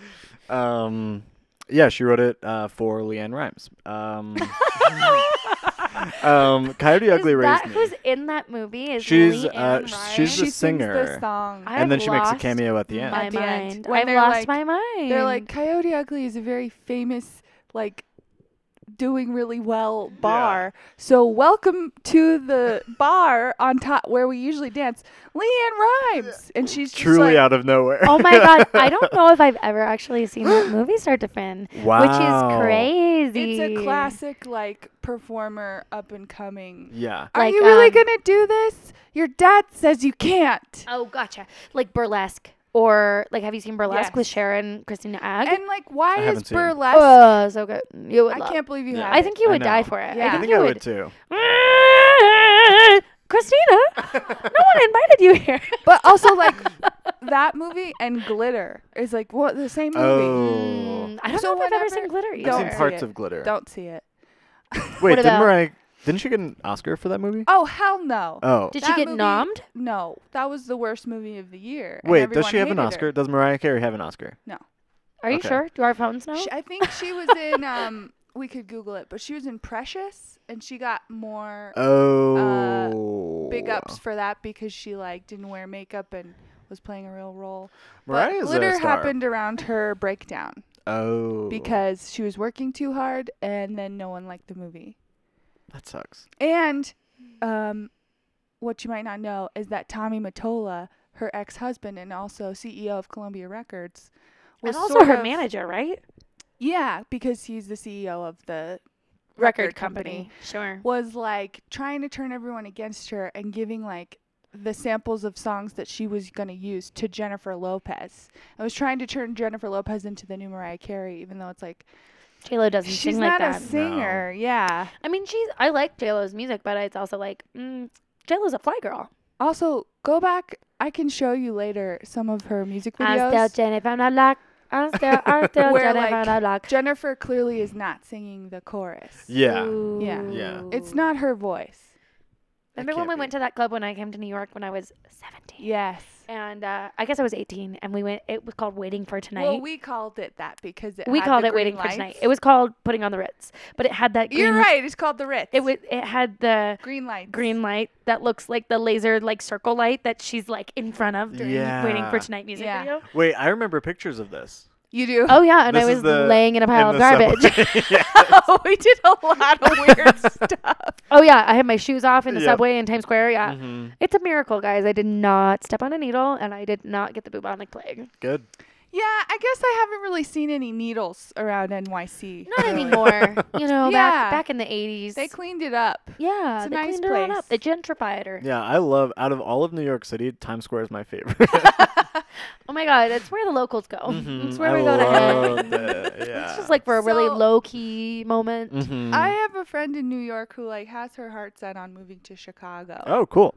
Um, yeah, she wrote it uh, for Leanne Rhymes. Um, um, Coyote Ugly is raised that me. who's in that movie? Is She's, Leanne uh, Ryan? she's she the sings the singer. song. I- and then I've she makes a lost cameo at the end. my at the end, mind. when I've they're lost like- my mind. They're like Coyote Ugly is a very famous like doing really well bar. So welcome to the bar on top where we usually dance, Leanne Rhymes, and she's just Truly like, out of nowhere. oh my god, I don't know if I've ever actually seen that movie start to fin, Wow. which is crazy. It's a classic like performer up and coming. Yeah. Are Like, you really um, gonna do this? Your dad says you can't. Oh, gotcha. Like burlesque, or like, have you seen burlesque with Yes. Sharon Christina Ag? And like, why is haven't seen it. burlesque? oh, so good. You would. I love. can't believe you. Yeah. have I think you I would die know. for it. Yeah. I I think I think you I would. would too. Christina, no one invited you here. But also, like, that movie and Glitter is like what the same movie. Oh, Mm, I don't So know if I've ever whenever- seen glitter I've either. seen Don't see parts it. of glitter. Don't see it. Wait, didn't about- Mariah? Didn't she get an Oscar for that movie? Oh hell no. Oh, Did she That get movie- nommed? no, that was the worst movie of the year. and wait. Does she everyone have an hated Oscar? her. Does Mariah Carey have an Oscar? Are you Okay. sure? Do our phones know? She, I think she was in. Um, we could Google it, but she was in Precious, and she got more Uh, Oh, Uh, big ups for that because she like didn't wear makeup and was playing a real role. Mariah's but a glitter star. happened around her breakdown Oh, because she was working too hard, and then no one liked the movie. that sucks. And um, what you might not know is that Tommy Mottola, her ex-husband and also CEO of Columbia Records, was and also sort her of- manager, right? Yeah, because he's the CEO of the Sure. was like trying to turn everyone against her and giving like the samples of songs that she was going to use to Jennifer Lopez. I was trying to turn Jennifer Lopez into the new Mariah Carey, even though it's like J Lo doesn't she's sing not like that. a I singer. Yeah. mean, she's. I like J Lo's music, but it's also like mm, J Lo's a fly girl. Also, go back. I can show you later some of her music I'm still videos. Jennifer on the lock. I'm still, I'm still Where, Jennifer like, on the lock. Jennifer clearly is not singing the chorus. Yeah. Yeah. Yeah. It's Ooh. not her voice. Remember when can't we be. went to that club when I came to New York when I was 17? Yes. And uh, I guess I was 18, and we went. It was called Waiting for Tonight. Well, we called it that because it We had called the it Waiting green for Tonight. lights. It was called Putting on the Ritz, but it had that. Green, You're right. It's called the Ritz. It was. It had the green lights. green light that looks like the laser like circle light that she's like in front of during Waiting Yeah. for Tonight music Yeah. video. Wait, I remember pictures of this. You do. Oh yeah, and This I is was the- laying in a pile in of the garbage. subway. Yeah. we did a lot of weird stuff. oh yeah, I had my shoes off in the Yep. subway in Times Square. Yeah. Mhm. It's a miracle, guys. I did not step on a needle and I did not get the bubonic plague. Good. Yeah, I guess I haven't really seen any needles around NYC. Not really. anymore. You know, Yeah. back back in the 80s. They cleaned it up. yeah, it's a they nice cleaned her on up. They place. gentrified her. Yeah, I love out of all of New York City, Times Square is my favorite. Oh my god, it's where the locals go. Mhm, It's where I we go to love hang. that, It's yeah. just like for a really So- low key moment. Mhm. I have a friend in New York who like has her heart set on moving to Chicago. oh, cool.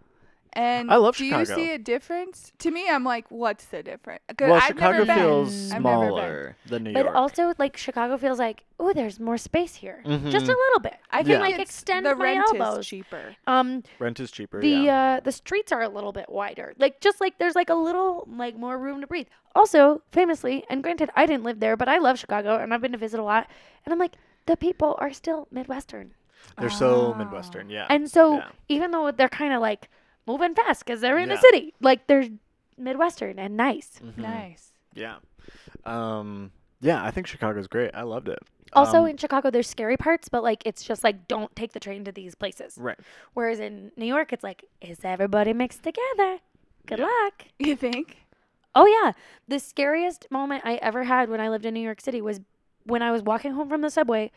and I love do you Chicago. see a difference? To me, I'm like, what's the difference? 'Cause well, I've Chicago never been. feels I've never been. smaller than New But York. also, like Chicago feels like, oh, there's more space here, just a Mhm. little bit. I Yeah. think Like, it's- extend the my rent elbows. is cheaper. Um, Rent is cheaper. the yeah. uh, the streets are a little bit wider. Like just like there's like a little like more room to breathe. Also, famously, and granted, I didn't live there, but I love Chicago and I've been to visit a lot. And I'm like, the people are still Midwestern, They're so Ah. Midwestern. Yeah. uh, and so yeah. even though they're kind of like moving fast because they're in Yeah. a city, like they're Midwestern and nice. Mhm. Nice. Yeah. Um. Yeah, I think Chicago's great. I loved it. Also Um, in Chicago, there's scary parts, but like it's just like don't take the train to these places. right. Whereas in New York, it's like, is everybody mixed together? Good Yeah. luck. You think? Oh yeah, the scariest moment I ever had when I lived in New York City was when I was walking home from the subway,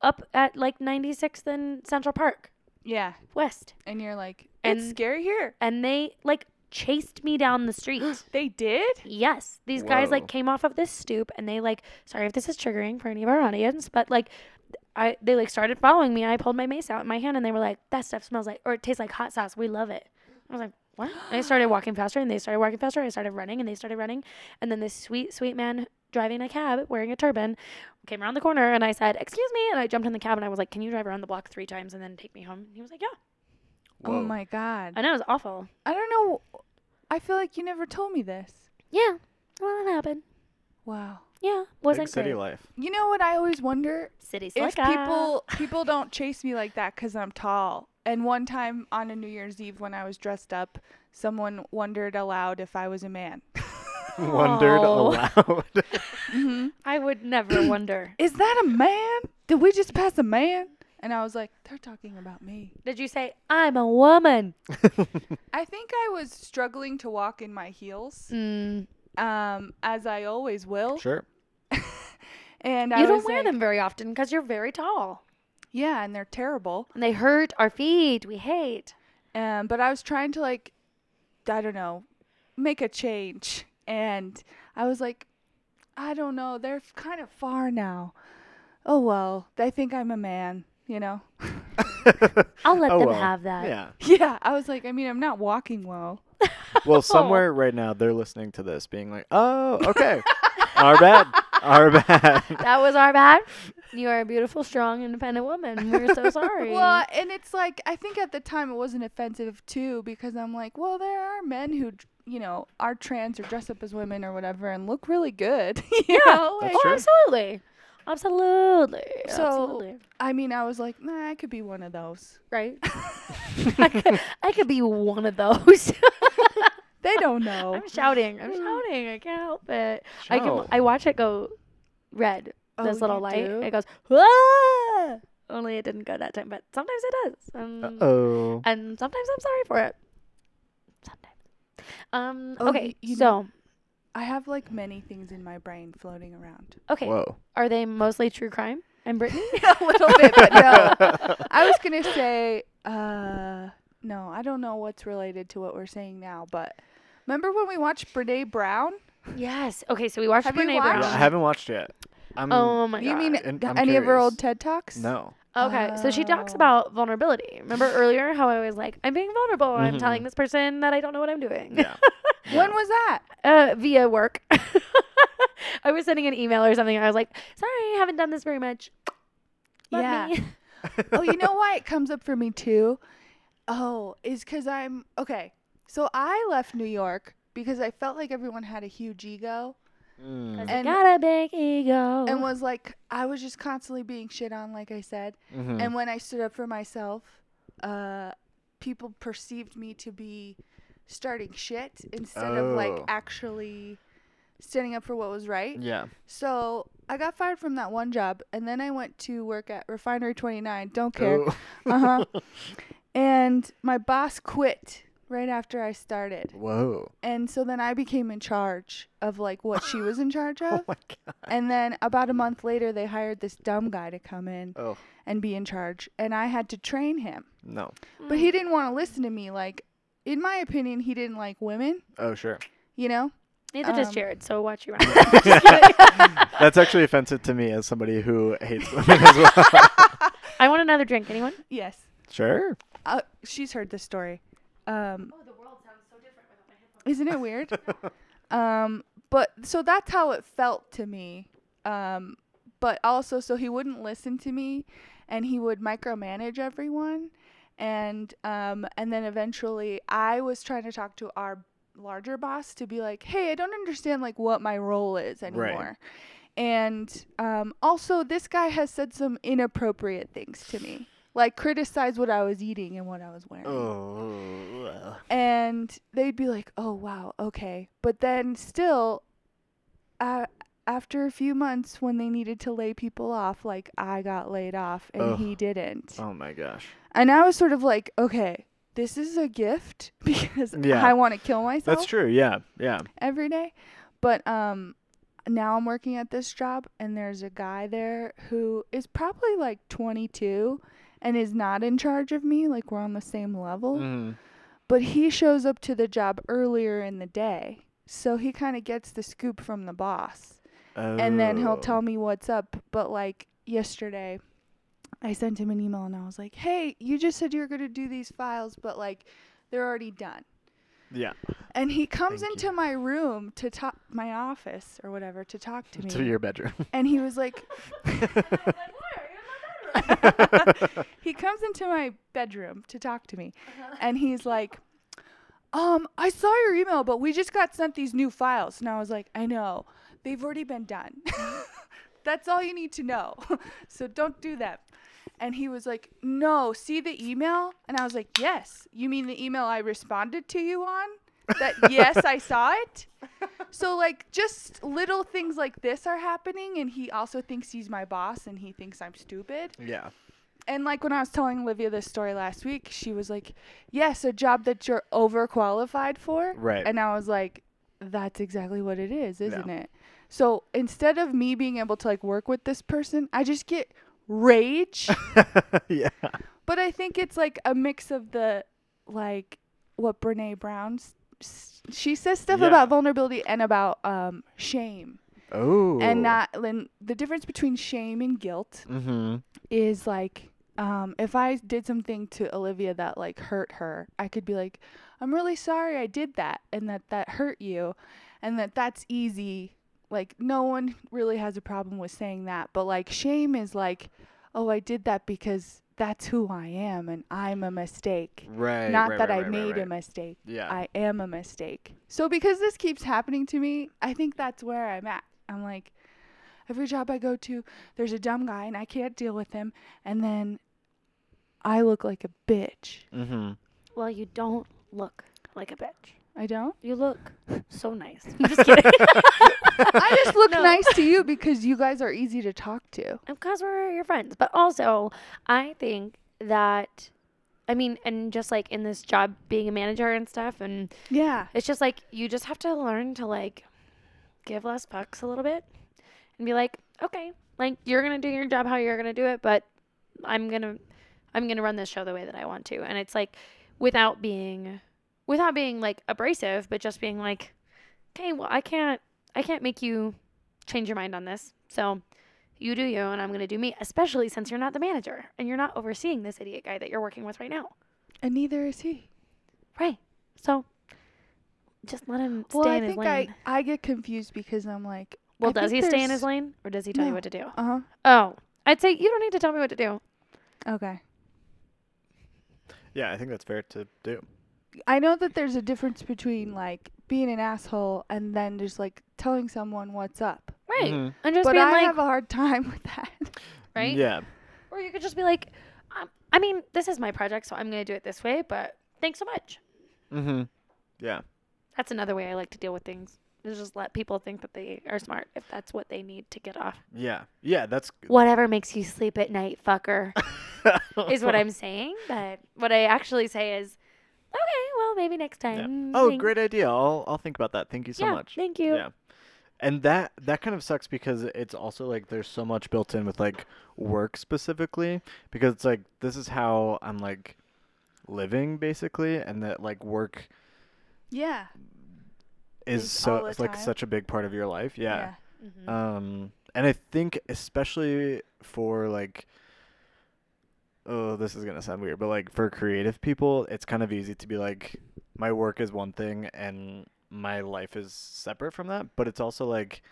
up at like 96th and Central Park Yeah. West, And you're like, it's And- scary here. and they like chased me down the street. They did? Yes, these guys Whoa. like came off of this stoop and they like sorry if this is triggering for any of our audience, but like I they like started following me. I pulled my mace out in my hand and they were like, "That stuff smells like or it tastes like hot sauce. We love it." I was like, "What?" And I started walking faster and they started walking faster. I started running and they started running, and then this sweet sweet man driving a cab wearing a turban came around the corner and I said, "Excuse me," and I jumped in the cab and I was like, "Can you drive around the block three times and then take me home?" And he was like, "Yeah," Oh Whoa. my god. and that was awful. I don't know. I feel like you never told me this. Yeah, well, that happened. Wow. Yeah, Big wasn't city great. life. You know what I always wonder City if slicker. people people don't chase me like that because I'm tall. And one time on a New Year's Eve when I was dressed up, someone wondered aloud if I was a man. Wondered Oh. aloud. hmm I would never wonder. Is that a man? Did we just pass a man? And I was like, they're talking about me. Did you say I'm a woman? I think I was struggling to walk in my heels, Mm, um, as I always will. sure. And I You don't was wear like- them very often because you're very tall, Yeah, and they're terrible. and they hurt our feet. We hate. Um, but I was trying to like, I don't know, make a change, and I was like, I don't know, they're f- kind of far now. Oh well, they think I'm a man, you know. I'll let Oh, them well. have that. Yeah. Yeah, I was like, I mean, I'm not walking well. Well, somewhere right now they're listening to this, being like, "Oh, okay, our bad, our bad." That was our bad. You are a beautiful, strong, independent woman. We're so sorry. Well, and it's like I think at the time it wasn't offensive too because I'm like, well, there are men who you know are trans or dress up as women or whatever and look really good. you know, That's like- oh, true. absolutely. Absolutely. So- absolutely. I mean, I was like, nah, I could be one of those. right? I could, I could be one of those. They don't know. I'm shouting. I'm shouting. I can't help it. I can, Shout. I watch it go red. this Oh, little you light. do? It goes. "Whoa!" Only it didn't go that time, but sometimes it does. Um, oh. and sometimes I'm sorry for it. Sometimes. Um. Oh, okay. you- you so, know- I have like many things in my brain floating around. okay. Whoa. Are they mostly true crime and Brittany? a little bit, but no. I was gonna say, uh, no, I don't know what's related to what we're saying now, but remember when we watched Brene Brown? yes. Okay. So we watched Have you Brene watched Yeah, I Brown. haven't watched yet. I'm, oh my you god. mean and th- I'm any of her curious. old TED talks? no. Okay, so she talks Oh. about vulnerability. Remember earlier how I was like, I'm being vulnerable. I'm telling this person that I don't know what I'm doing. Mm-hmm. Yeah. When was that? uh, via work. I was sending an email or something. I was like, sorry, I haven't done this very much. Love Yeah. me." oh, you know why it comes up for me too? Oh, is because I'm okay. So I left New York because I felt like everyone had a huge ego Mm, Cause And- you got a big ego. Uh-huh. and was like, I was just constantly being shit on, like I said. mhm. And when I stood up for myself, uh, people perceived me to be starting shit instead of like Oh. actually standing up for what was right. yeah. So I got fired from that one job, and then I went to work at Refinery 29. Don't care. Oh. Uh huh. and my boss quit right after I started. Whoa. And so then I became in charge of like what she was in charge Oh of. my god. And then about a month later, they hired this dumb guy to come in Oh and be in charge. And I had to train him. no. Mm. But he didn't want to listen to me. Like, in my opinion, he didn't like women, Oh sure. you know? Neither does um, Jared, so watch your mouth. That's actually offensive to me as somebody who hates women as well. I want another drink. Anyone? Yes. Sure. Uh, she's heard this story. Um, oh, the world sounds so different without my headphones. Isn't it weird? um, but so that's how it felt to me. Um, but also, so he wouldn't listen to me, and he would micromanage everyone, and um, and then eventually, I was trying to talk to our larger boss to be like, hey, I don't understand like what my role is anymore. And um, also, this guy has said some inappropriate things to me, like criticize what I was eating and what I was wearing Oh. and they'd be like, "Oh wow, okay." But then still, uh, after a few months, when they needed to lay people off, like I got laid off and Ugh. he didn't, Oh my gosh. and I was sort of like, "Okay, this is a gift because Yeah. I want to kill myself That's true. Yeah. Yeah. every day." But um, now I'm working at this job, and there's a guy there who is probably like 22 and is not in charge of me. Like we're on the same level hmm but he shows up to the job earlier in the day. So he kind of gets the scoop from the boss. And then he'll Oh. tell me what's up. But like yesterday, I sent him an email and I was like, hey, you just said you were going to do these files, but like they're already done. Yeah. And he comes Thank into my room to talk, my office or whatever, to talk to me. To your bedroom. and he was like, he comes into my bedroom to talk to me and he's like um i saw your email but we just got sent these new files and i was like i know they've already been done that's all you need to know so don't do that and he was like no see the email and i was like yes you mean the email i responded to you on that yes i saw it so like just little things like this are happening and he also thinks he's my boss and he thinks i'm stupid yeah. and like when I was telling Olivia this story last week, she was like, "Yes, a job that you're overqualified for." Right. And I was like, "That's exactly what it is, isn't it?" So instead of me being able to like work with this person, I just get rage. yeah. but I think it's like a mix of the like what Brene Brown's s- she says stuff Yeah. about vulnerability and about um shame Oh. and not and the difference between shame and guilt Mm-hmm. is like um, if I did something to Olivia that like hurt her, I could be like, I'm really sorry I did that and that that hurt you and that that's easy. Like, no one really has a problem with saying that. But like, shame is like, oh, I did that because that's who I am and I'm a mistake. Right. Not right, that right, I right, right, made a right. mistake. Yeah. I am a mistake. So because this keeps happening to me, I think that's where I'm at. I'm like, every job I go to, there's a dumb guy and I can't deal with him. And then I look like a bitch. mm-hmm. Well, you don't look like a bitch. I don't? You look so nice. I'm just kidding. I just look No. nice to you because you guys are easy to talk to. because we're your friends. But also, I think that, I mean, and just like in this job, being a manager and stuff, and Yeah. it's just like you just have to learn to like give less fucks a little bit and be like, okay, like you're gonna do your job how you're gonna do it, but I'm gonna, I'm gonna run this show the way that I want to. And it's like without being, without being like abrasive, but just being like, okay, well, I can't, I can't make you change your mind on this. So you do you, and I'm gonna do me. Especially since you're not the manager and you're not overseeing this idiot guy that you're working with right now. And neither is he. Right. So just let him stay well, I in his think lane. I, I get confused because I'm like, well, I does he think stay in there's- his lane or does he tell you No. what to do? uh Oh, I'd say you don't need to tell me what to do. huh. Okay. Yeah, I think that's fair to do. I know that there's a difference between like being an asshole and then just like telling someone what's up. Right. Mhm. And just but being I like, have a hard time with that. right? Yeah. Or you could just be like, um, I mean, this is my project, so I'm going to do it this way, but thanks so much. Mm-hmm. Yeah. That's another way I like to deal with things. Is just let people think that they are smart if that's what they need to get off. Yeah. Yeah. That's Whatever makes you sleep at night, fucker, is what I'm saying. But what I actually say is, okay, well, maybe next Yeah. time. Oh, thanks." great idea. I'll I'll think about that. Thank you so yeah, much. Thank you. Yeah. And that that kind of sucks because it's also like there's so much built in with like work specifically because it's like this is how I'm like living basically and that like work Yeah. is Is all so the it's like time. such a big part of your life. Yeah. Mhm. Um and I think especially for like oh this is going to sound weird but like for creative people it's kind of easy to be like my work is one thing and my life is separate from that but it's also like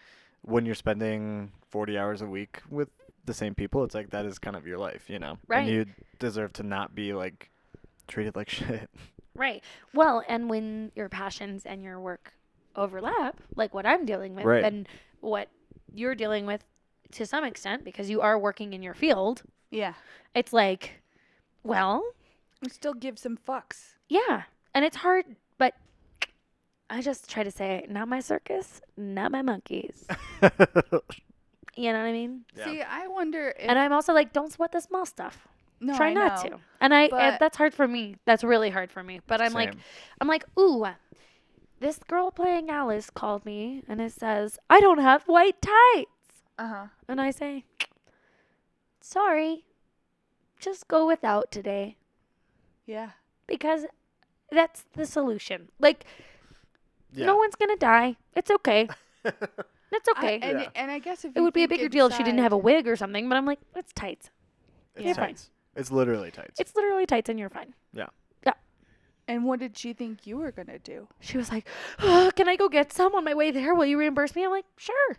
when you're spending 40 hours a week with the same people it's like that is kind of your life you know Right. and you deserve to not be like treated like shit Right. Well, and when your passions and your work overlap, like what I'm dealing with Right. and what you're dealing with to some extent because you are working in your field, Yeah. it's like, well, We still give some fucks. yeah. And it's hard, but I just try to say, not my circus, not my monkeys. you know what I mean? Yeah. See, I wonder if And I'm also like, don't sweat the small stuff. no, try I not know. to. And I, but- that's hard for me. That's really hard for me. But I'm like, Same. I'm like, ooh, this girl playing Alice called me and it says, I don't have white tights. Uh-huh. And I say, sorry, just go without today Yeah. because that's the solution. Like, yeah no one's going to die. It's okay. That's I- okay. and, Yeah. and I guess if it you would be a think bigger deal if she didn't inside- have a wig or something, but I'm like, it's tights. it's Yeah. tights it's literally tights It's literally tights and you're fine. And what did she think you were going to do? She was like, oh, can I go get some on my way there? Will you reimburse me? I'm like, sure.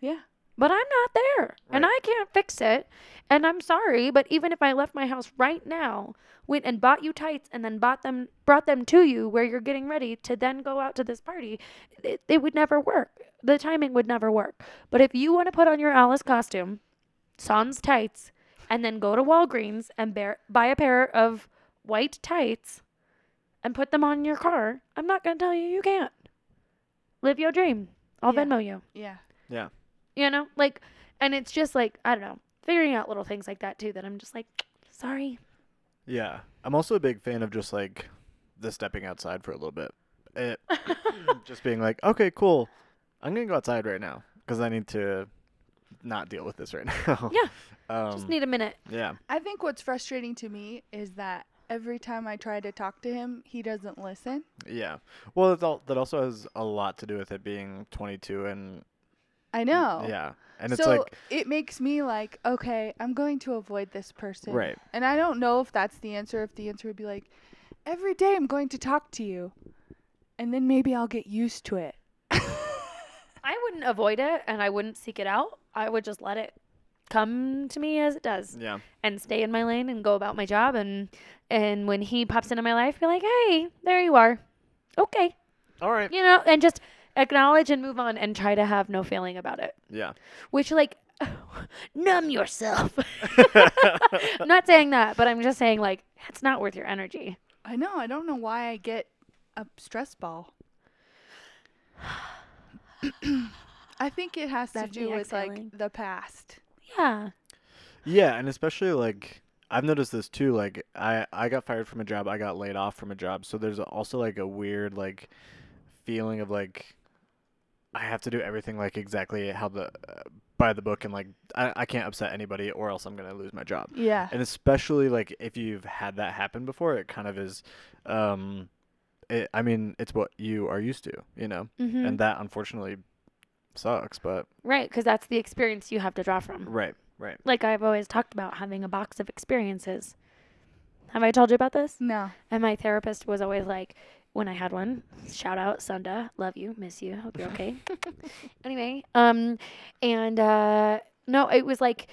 Yeah. but I'm not there and Right. I can't fix it. And I'm sorry, but even if I left my house right now, went and bought you tights and then bought them, brought them to you where you're getting ready to then go out to this party, it, it would never work. The timing would never work. But if you want to put on your Alice costume, sans tights, and then go to Walgreens and bear, buy a pair of white tights and put them on your car, I'm not going to tell you you can't. Live your dream. I'll Yeah. Venmo you. Yeah. You know, like, and it's just like I don't know, figuring out little things like that too. That I'm just like, sorry, Yeah. I'm also a big fan of just like the stepping outside for a little bit. It, just being like, okay, cool. I'm going to go outside right now because I need to not deal with this right now. Yeah. Um, just need a minute. yeah. I think what's frustrating to me is that every time I try to talk to him, he doesn't listen. Yeah. Well, it's all, that also has a lot to do with it being 22 and I know. Oh. Yeah. And it's so like it makes me like, okay, I'm going to avoid this person. right. And I don't know if that's the answer. If the answer would be like, every day I'm going to talk to you, and then maybe I'll get used to it. I wouldn't avoid it and I wouldn't seek it out. I would just let it come to me as it does Yeah. and stay in my lane and go about my job and and when he pops into my life be like, "Hey, there you are." Okay. All right. You know, and just acknowledge and move on and try to have no feeling about it. Yeah. Which like numb yourself. I'm not saying that, but I'm just saying like it's not worth your energy. I know. I don't know why I get a stress ball. I think it has That's to me do with exhaling. like the past. Yeah. Yeah, and especially like I've noticed this too. Like I I got fired from a job, I got laid off from a job, so there's also like a weird like feeling of like I have to do everything like exactly how the uh, by the book, and like I I can't upset anybody or else I'm gonna lose my job. Yeah. And especially like if you've had that happen before, it kind of is. Um, it, I mean, it's what you are used to, you know, Mm-hmm. and that unfortunately sucks. But right, because that's the experience you have to draw from. right, right. like I've always talked about having a box of experiences. Have I told you about this? No. And my therapist was always like, when I had one, shout out Sunda, love you, miss you, hope you're okay. anyway, um, and uh, no, it was like.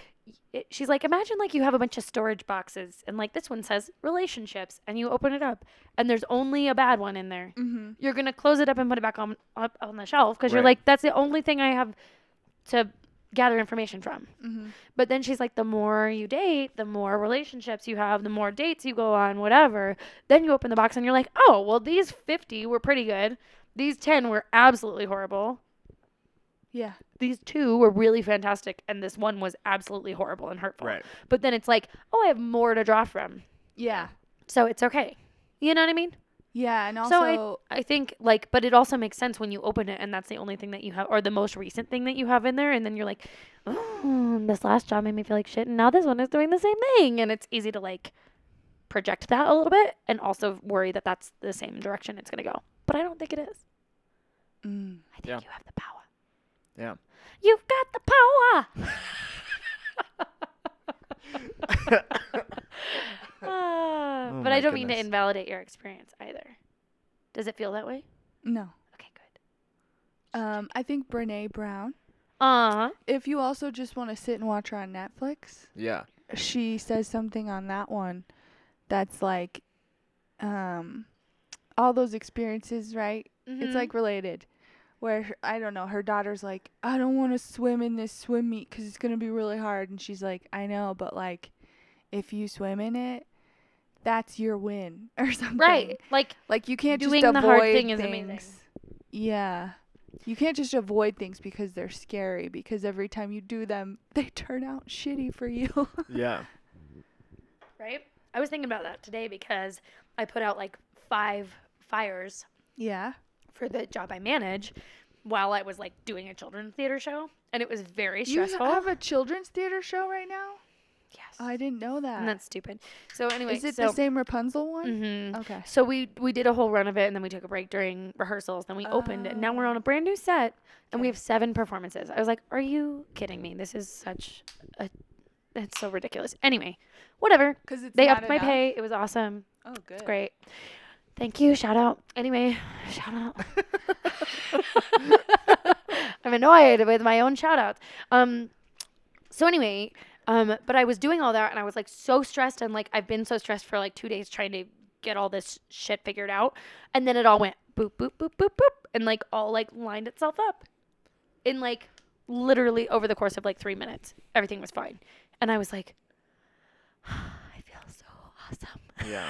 It, she's like, imagine like you have a bunch of storage boxes, and like this one says relationships, and you open it up, and there's only a bad one in there. Mm-hmm. You're gonna close it up and put it back on up on the shelf because you're Right. like, that's the only thing I have to gather information from. Mm-hmm. But then she's like, the more you date, the more relationships you have, the more dates you go on, whatever. Then you open the box and you're like, oh, well, these 50 were pretty good. These 10 were absolutely horrible. Yeah. These two were really fantastic. And this one was absolutely horrible and hurtful. Right. But then it's like, oh, I have more to draw from. Yeah. So it's okay. You know what I mean? Yeah. And also, So I think like, but it also makes sense when you open it and that's the only thing that you have, or the most recent thing that you have in there, and then you're like, oh, this last job made me feel like shit, and now this one is doing the same thing, and it's easy to like project that a little bit, and also worry that that's the same direction it's gonna go. But I don't think it is. Mm. I think Yeah. you have the power. Yeah. You've got the power. Ah, Oh but I my don't mean to goodness. invalidate your experience either. Does it feel that way? no. Okay, good. Um, I think Brene Brown. Uh If you also just want to sit and watch her on Netflix, Yeah. she says something on that one that's like, um, all those experiences, right? Mm-hmm. It's like related. Where her- I don't know, her daughter's like, I don't want to swim in this swim meet because it's gonna be really hard, and she's like, I know, but like, if you swim in it, that's your win or something. right, like Like you can't Doing just the hard avoid thing is things. amazing. Yeah. You can't just avoid things because they're scary because every time you do them, they turn out shitty for you. Yeah. right? I was thinking about that today because I put out like five fires yeah. for the job I manage while I was like doing a children's theater show, and it was very You stressful. have a children's theater show right now? yes, I didn't know that. and that's stupid. So anyway, Is it so, the same Rapunzel one? Mhm. Okay. So we we did a whole run of it, and then we took a break during rehearsals. Then we opened, and now we're on a brand new set, and we Okay. have seven performances. I was like, "Are you kidding me? This is such a that's so ridiculous." Anyway, whatever. Because it's They not upped my enough? pay. It was awesome. Oh, good. It's great. Thank you. Shout out. Anyway, shout out. I'm annoyed with my own shout outs. Um, so anyway, um, but I was doing all that and I was like so stressed and like I've been so stressed for like two days trying to get all this shit figured out, and then it all went boop boop boop boop boop and like all like lined itself up, in like literally over the course of like three minutes, everything was fine, and I was like, I feel so awesome. Yeah.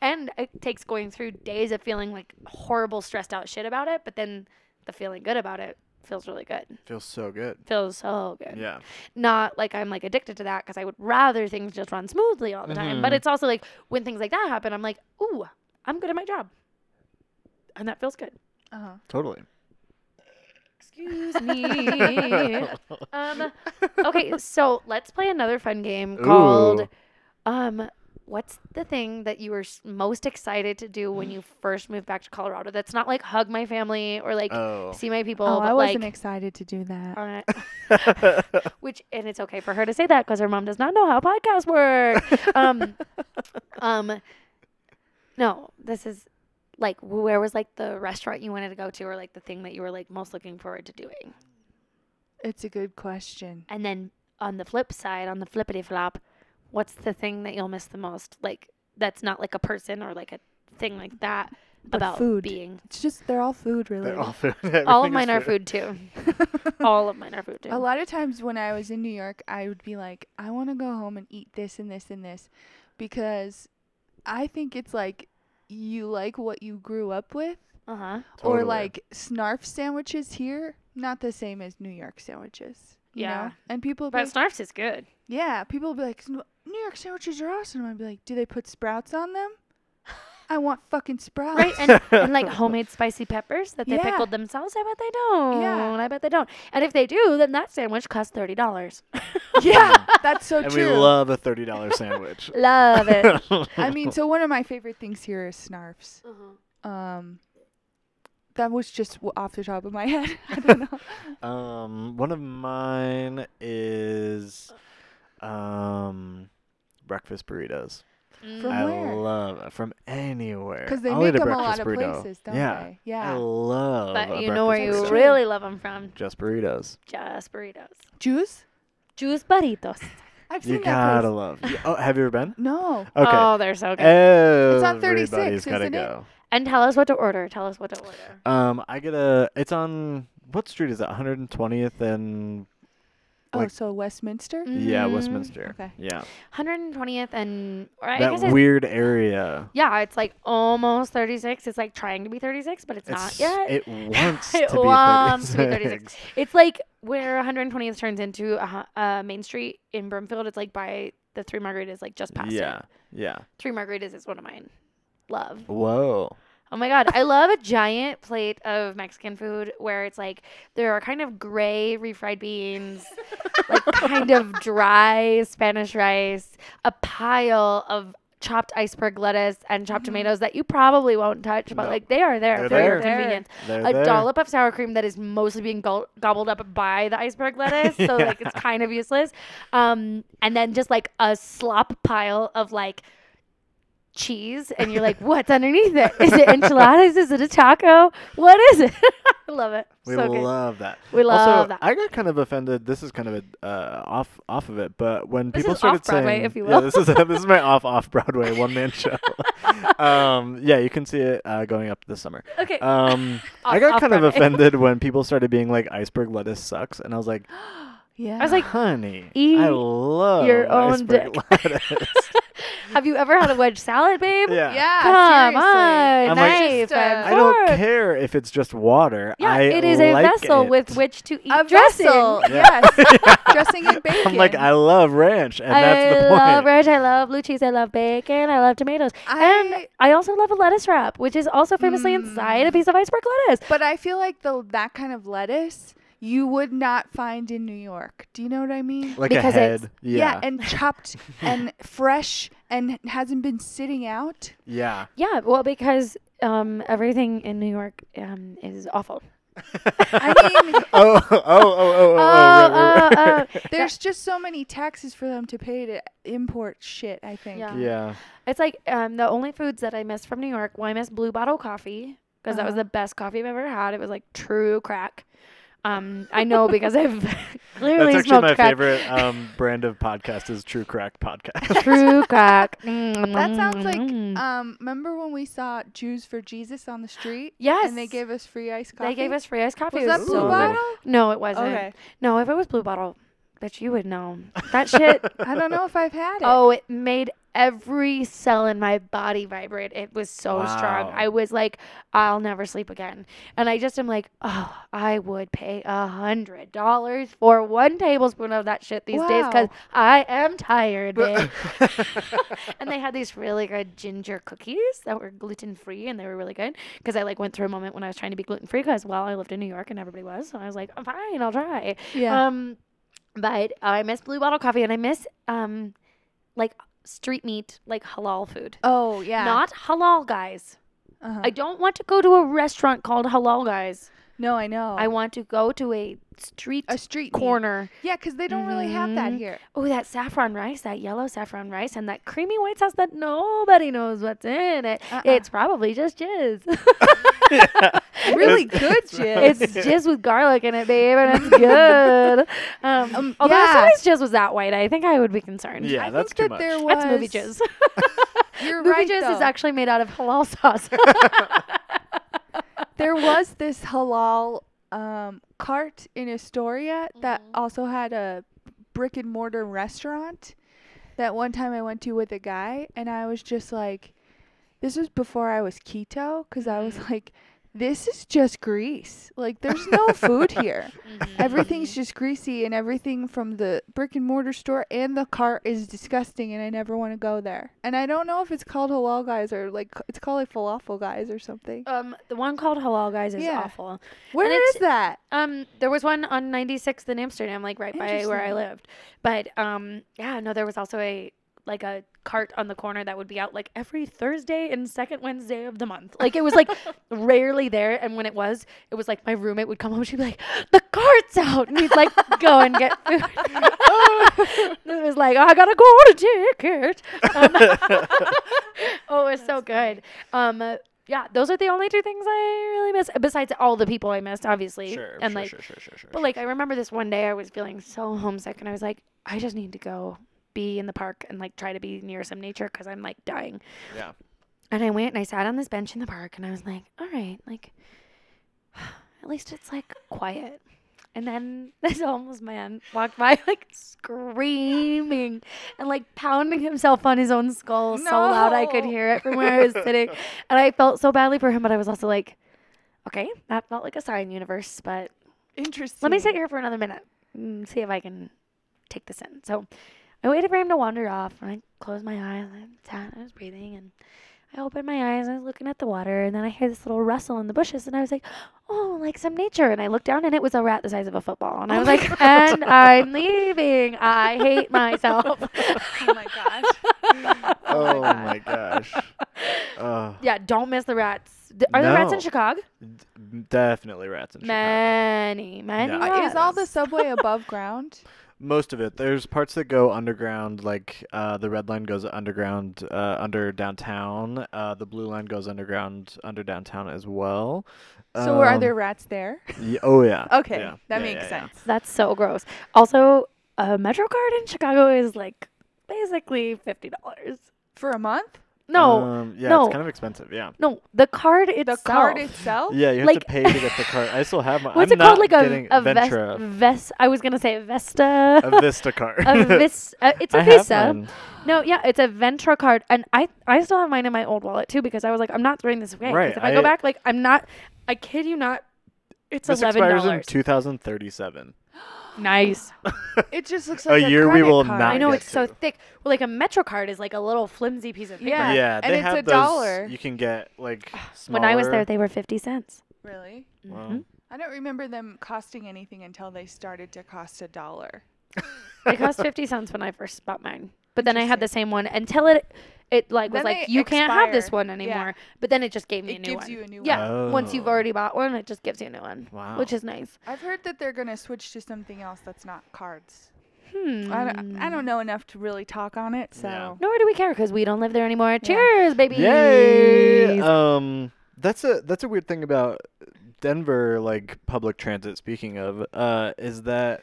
And it takes going through days of feeling like horrible, stressed out shit about it, but then the feeling good about it feels really good. Feels so good. Feels so good. Yeah. Not like I'm like addicted to that because I would rather things just run smoothly all the time. But Mhm. it's also like when things like that happen, I'm like, ooh, I'm good at my job. And that feels good. Uh-huh. Totally. Excuse me. um, okay, so let's play another fun game called Ooh. um, what's the thing that you were s- most excited to do when you first moved back to Colorado? That's not like hug my family or like Oh. see my people. Oh, but I wasn't like, excited to do that. on it. Which and it's okay for her to say that because her mom does not know how podcasts work. Um, um, no, this is like where was like the restaurant you wanted to go to, or like the thing that you were like most looking forward to doing. It's a good question. And then on the flip side, on the flippity flop, what's the thing that you'll miss the most? Like that's not like a person or like a thing like that But about food. being. It's just they're all food related. They're all food. All Everything of is mine are food too. All of mine are food too. A lot of times when I was in New York, I would be like, I want to go home and eat this and this and this because I think it's like you like what you grew up with Uh huh. Totally. or like snarf sandwiches here, not the same as New York sandwiches. you Yeah. know? And people be But like, Snarf's is good. yeah, people be like, "Sn- New York sandwiches are awesome. I'd be like, do they put sprouts on them? I want fucking sprouts. right? And, and like homemade spicy peppers that they Yeah. pickled themselves. I bet they don't. Yeah. I bet they don't. And if they do, then that sandwich costs thirty dollars. yeah, that's so and true. we love a thirty dollar sandwich. Love it. I mean, so one of my favorite things here is snarfs. Mm-hmm. Um, that was just w- off the top of my head. I don't know. um, one of mine is um, breakfast burritos. From I where? love from anywhere. Because they I'll make eat a them a lot breakfast of burrito. places, don't yeah. they? I Yeah. love. a but you know where breakfast you burrito. burrito. really love them from? Just burritos. Just burritos. Juice? Juice burritos. I've seen You that gotta place. love. you- Oh, have you ever been? No. Okay. Oh, they're so good. on 36, Everybody's gotta isn't it? go. and tell us what to order. Tell us what to order. Um, I get a. It's on what street is it? 120th and Oh, Like- Mm. so Westminster? yeah, Mhm. Mm-hmm. Westminster. Okay. Yeah, 120th and or I guess that it's- weird area. yeah, it's like almost 36. It's like trying to be 36, but it's, not It's, yet. It wants It to wants to be be 36. It's like where 120th turns into a, hu- uh, Main Street in Broomfield. It's like by the Three Margaritas, like just past Yeah, it. yeah. Three Margaritas is one of mine. Love. Whoa. Oh my God. I love a giant plate of Mexican food where it's like there are kind of gray refried beans, like kind of dry Spanish rice, a pile of chopped iceberg lettuce and chopped Mhm. tomatoes that you probably won't touch, but No. like they are there Mm-hmm. They're for your there. convenience They're a there. dollop of sour cream that is mostly being gul gobbled up by the iceberg lettuce, so like it's kind of useless. Um, and then just like a slop pile of like cheese, and you're like, what's underneath it? Is it enchiladas? is it a taco? What is it? I love it. We so good. love that. We love also, that. I got kind of offended. This is kind of a uh, off off of it, but when This people is started saying, off-Broadway, if you yeah, will. this is this is my off off Broadway one man show. um, yeah, you can see it uh, going up this summer. Okay. Um, I Off- got kind of off-Broadway. offended when people started being like, "Iceberg lettuce sucks," and I was like, Yeah. I was like, "Honey, I eat love your own iceberg lettuce." have you ever had a wedge salad, babe? yeah. yeah, Come seriously. on, I'm like- knife Just, uh, and I don't fork. care if it's just water. Yeah, I it is a like vessel it. with which to eat A dressing. vessel. Yeah. Yes. dressing and bacon. I'm like, I love ranch, and that's I the love point. ranch. I love blue cheese. I love bacon. I love tomatoes. I- and I also love a lettuce wrap, which is also famously Mm. inside a piece of iceberg lettuce. But I feel like the that kind of lettuce you would not find in New York. Do you know what I mean? Like Because a it's- head. yeah, Yeah. and chopped and fresh and hasn't been sitting out. yeah. Yeah, well, because um, everything in New York um, is awful. I mean, oh, oh, oh, oh, oh, oh, right, right, right. oh. There's just so many taxes for them to pay to import shit, I think. Yeah. Yeah. It's like um, the only foods that I miss from New York. Well, I miss Blue Bottle coffee because that was Uh-huh. the best coffee I've ever had. It was like true crack. Um, I know because I've clearly That's actually smoked my crack. favorite um, brand of podcast is True Crack Podcast. True crack. Mm. That sounds like Mm-hmm. um remember when we saw Jews for Jesus on the street? yes. And they gave us free iced coffee. They gave us free iced coffee. was It that was blue so good. bottle? No, it wasn't. Okay. No, if it was Blue Bottle, bitch, you would know. That shit. I don't know if I've had it. oh, it made every cell in my body vibrate. It was so strong. Wow. I was like, I'll never sleep again. And I just am like, oh, I would pay a hundred dollars for one tablespoon of that shit these days because Wow. I am tired, babe. and they had these really good ginger cookies that were gluten free and they were really good because I like went through a moment when I was trying to be gluten free because well I lived in New York and everybody was so I was like "Oh, fine I'll try yeah. um but I miss blue bottle coffee and I miss um like street meat, like halal food. Oh yeah. Not halal guys. Uh-huh. I don't want to go to a restaurant called halal guys. no, I know. I want to go to a street Oh. a street meat. corner. Yeah, because they don't really have that Mhm. here. Oh, that saffron rice, that yellow saffron rice, and that creamy white sauce that nobody knows what's in it. Uh-uh. It's probably just jizz. Really It's- good it's jizz. it's jizz with garlic in it, babe, and it's good. Um, Um, although yeah. if somebody's jizz was that white, I think I would be concerned. Yeah, I that's too think that much. there was That's movie jizz. You're movie right. jizz is though. actually made out of halal sauce. there was this halal um, cart in Astoria that Mhm. also had a brick and mortar restaurant that one time I went to with a guy, and I was just like, this was before I was keto, because I was like, this is just grease. Like, there's no food here. Mm-hmm. Everything's just greasy, and everything from the brick and mortar store and the cart is disgusting, and I never want to go there. And I don't know if it's called halal guys or like it's called like falafel guys or something. Um, the one called Halal Guys is Yeah. awful. Where it's- is that? Um, there was one on 96th in Amsterdam, like right by where I Interesting. lived. But um, yeah, no, there was also a like a cart on the corner that would be out like every Thursday and second Wednesday of the month. Like it was like rarely there, and when it was, it was like my roommate would come home, she'd be like, "The cart's out," and he'd like go and get food. it was like I gotta go to take it. Um, oh, it's so good. Um, yeah, those are the only two things I really miss. Besides all the people I missed, obviously, Sure, and sure, like sure, sure, sure, sure. but like I remember this one day I was feeling so homesick and I was like, I just need to go be in the park and like try to be near some nature because I'm like dying. sure. yeah. And I went and I sat on this bench in the park and I was like, all right, like at least it's like quiet. And then this homeless man walked by like screaming and like pounding himself on his own skull so loud I could No. hear it from where I was sitting. And I felt so badly for him, but I was also like, okay, that felt like a sign, universe, but Interesting. let me sit here for another minute and see if I can take this in. So I waited for him to wander off, and I closed my eyes. And I sat, I was breathing, and I opened my eyes. And I was looking at the water, and then I heard this little rustle in the bushes, and I was like, "Oh, like some nature." And I looked down, and it was a rat the size of a football. And Oh I was like, "And I'm leaving. I hate myself." Oh my gosh. Oh my gosh. Uh, yeah, don't miss the rats. D- Are there rats in No. Chicago? d- definitely rats in Chicago. Many, many. No. Uh, is all the rats. subway above ground? Most of it. There's parts that go underground, like uh, the red line goes underground uh, under downtown. Uh, the blue line goes underground under downtown as well. So are Um, there rats there? y- oh yeah. Okay, yeah, that yeah, makes yeah, yeah. sense. That's so gross. Also, a MetroCard in Chicago is like basically fifty dollars. For a month? No, Um, yeah, no. it's kind of expensive. Yeah. no, the card itself. The card itself? Yeah, you have Like- to pay to get the card. I still have my. What's I'm it called? not Like a getting a Ventura, Vest, Ves- I was gonna say Vesta. a Vista card. a vis- uh, it's a I have Visa. one. No, yeah, it's a Ventra card, and I I still have mine in my old wallet too because I was like, I'm not throwing this away. 'cause Right, If I, go I- back, like I'm not. I kid you not. It's This eleven expires in dollars. 2037. Nice. It just looks A like a, year we credit will card. not I know get it's so to. thick. Well, like a Metro card is like a little flimsy piece of paper. Yeah, Yeah, and they it's have a those. dollar. You can get like smaller. When I was there, they were fifty cents. Really? Wow. Mhm. I don't remember them costing anything until they started to cost a dollar. It cost 50 cents when I first bought mine. But then I had the same one until it it like was Then like they you can't have this expire. one Yeah. anymore. But then it just gave me It a new gives one. you a new yeah. Once you've Oh. already bought one, it just gives you a new one. Wow. Which is nice. I've heard that they're going to switch to something else that's not cards. Hmm. I, don't, I don't know enough to really talk on it, so. Yeah. Nor do we care because we don't live there anymore. Cheers, baby. Yay! Uh, Um, that's a that's a weird thing about Denver, like public transit. Speaking of, uh, is that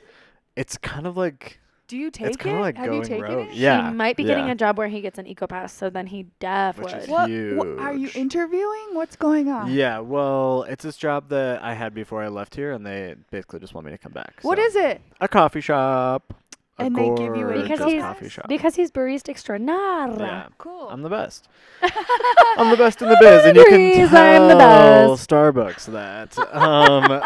it's kind of like Do you take it's it? kind of like Have you going taken rogue. it? Yeah, He might be getting yeah. a job where he gets an eco pass, so then he def Which would. is- What, wha- are you Huge. interviewing? What's going on? Yeah, well, it's this job that I had before I left here, and they basically just want me to come back. What so. is it? a coffee shop? A And they give you a gorgeous Because he's- coffee shop. Because he's barista extraordinaire. yeah, Cool. I'm the best. I'm the best in the biz, and you can Agrees, I'm the tell best. Starbucks that. Um,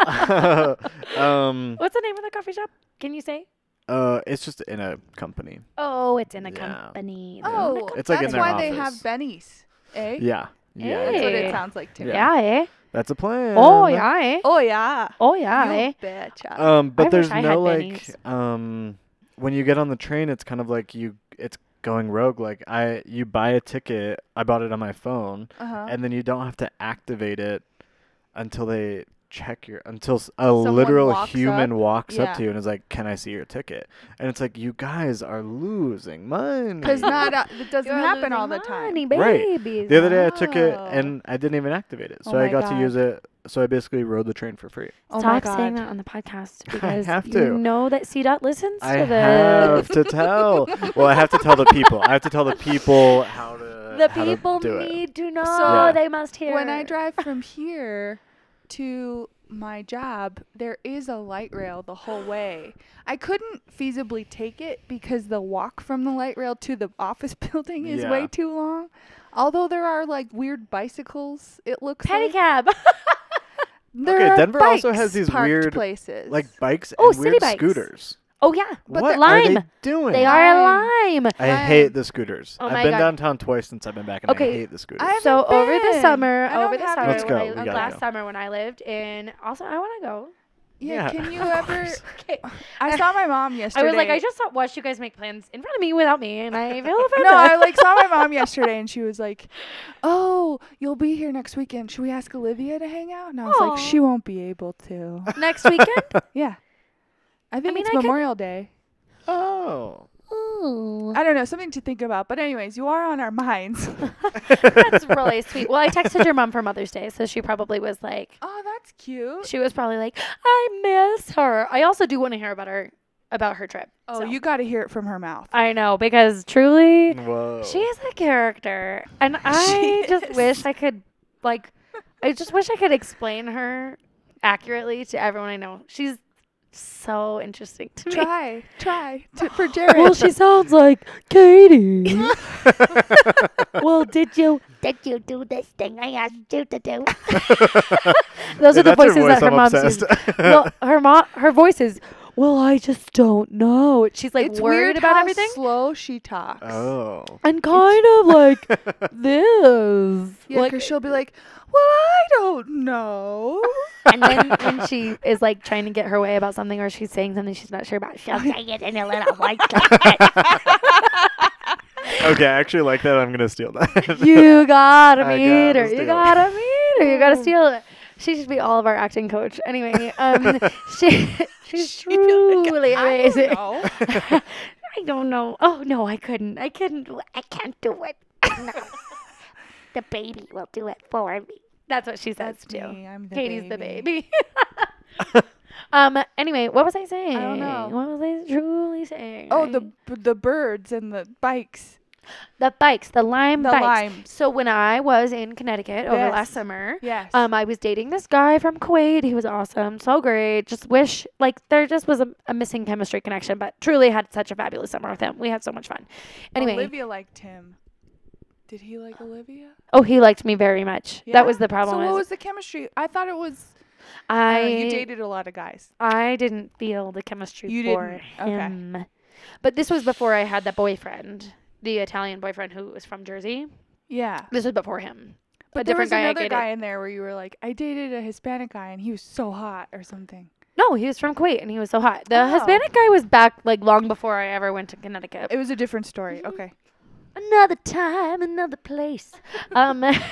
um, What's the name of the coffee shop? Can you say? uh, it's just in a company. Oh, it's in a Yeah. company. They're in a Oh, co- that's It's like in their why they have office. Benny's, eh? Yeah, yeah, That's what Hey. it sounds like to me. yeah, eh? that's a plan. Oh, yeah, eh? Oh yeah. Oh yeah, eh? You betcha. Um, I but wish there's I had no like Benny's. um, when you get on the train, it's kind of like you. It's going rogue. Like I, you buy a ticket. I bought it on my phone, Uh-huh. and then you don't have to activate it until they check your until s- a Someone literal walks human up. walks Yeah. up to you and is like, "Can I see your ticket?" And it's like, "You guys are losing money." Because not uh, it doesn't You're happen losing all the time. money, Right. babies. The other day I took it Oh. and I didn't even activate it, Oh so I my got to God. use it. So I basically rode the train for free. Oh my Stop god. saying that on the podcast because have you to. know that C dot listens I to this. have to tell. Well, I have to tell the people. I have to tell the people how to. the how to people do it. need to know. Yeah. They must hear. When I drive from here to my job, there is a light rail the whole way. I couldn't feasibly take it because the walk from the light rail to the office building is way Yeah. too long. Although there are like weird bicycles, it looks like. pedicab. There Okay, are Denver also has bikes these parked weird, places. Like bikes Oh, and city weird bikes. scooters. oh yeah, But what the are lime. they doing? they are a Lime. lime. I Lime. hate the scooters. Oh my I've been God. downtown twice since I've been back, and Okay, I hate the scooters. I've- So haven't over the been. summer, I don't over the have summer, Let's when I, go, we like, gotta last go. summer when I lived in, also I want to go. yeah, Yeah, Can you of ever? course. Okay, I saw my mom yesterday. I was like, I just saw- watched you guys make plans in front of me without me, and I feel offended. no, I like saw my mom yesterday and she was like, "Oh, you'll be here next weekend. Should we ask Olivia to hang out?" And I was Aw. like, "She won't be able to." next weekend. yeah. I think mean, it's I could- Memorial Day. oh. Ooh. I don't know, something to think about. But anyways, you are on our minds. That's really sweet. Well, I texted your mom for Mother's Day, so she probably was like, oh, that's cute. she was probably like, I miss her. I also do want to hear about her about her trip. Oh, so. you got to hear it from her mouth. I know because truly, Whoa. she is a character, and I just is. wish I could, like, I just wish I could explain her accurately to everyone I know. She's so interesting to me. try, try to, for Jared. Well, she sounds like Katie. well, did you? Did you do this thing I asked you to do? Those are the That's her voices voice, that her I'm mom obsessed. uses. well, her mom, her voice is. Well, I just don't know. She's like it's worried weird about how everything. slow she talks. oh. And kind of like this. Yeah, like, because she'll be like, "Well, I don't know." and then when she is like trying to get her way about something or she's saying something she's not sure about, she'll She'll say, say it in a little voice like this. Okay, I actually like that. I'm gonna steal that. You gotta I meet gotta her. steal You it." gotta meet her. You gotta steal it. She should be all of our acting coach. Anyway, um, she she's truly I don't amazing. know. I don't know. Oh no, I couldn't. I couldn't. do it. I can't do it. No. The baby will do it for me. That's what she says That's too. me. I'm the Katie's the baby. baby. um. Anyway, what was I saying? know. What was I truly saying? Oh, the b- the birds and the bikes. the bikes, the lime The bikes. limes. So when I was in Connecticut over Yes. last summer, Yes. um, I was dating this guy from Kuwait. He was awesome, so great. Just wish like there just was a, a missing chemistry connection, but truly had such a fabulous summer with him. We had so much fun. Anyway, Olivia liked him. Did he like Olivia? oh, he liked me very much. Yeah? That was the problem. So what is was the chemistry? I thought it was. I, I don't know, you dated a lot of guys. I didn't feel the chemistry You for didn't? Okay. him. But this was before I had that boyfriend, the Italian boyfriend who was from Jersey. Yeah. This was before him. But a there different was guy I another dated. guy in there where you were like, I dated a Hispanic guy and he was so hot or something. No, he was from Kuwait and he was so hot. The Oh. Hispanic guy was back like long before I ever went to Connecticut. It was a different story. Okay. another time, another place. um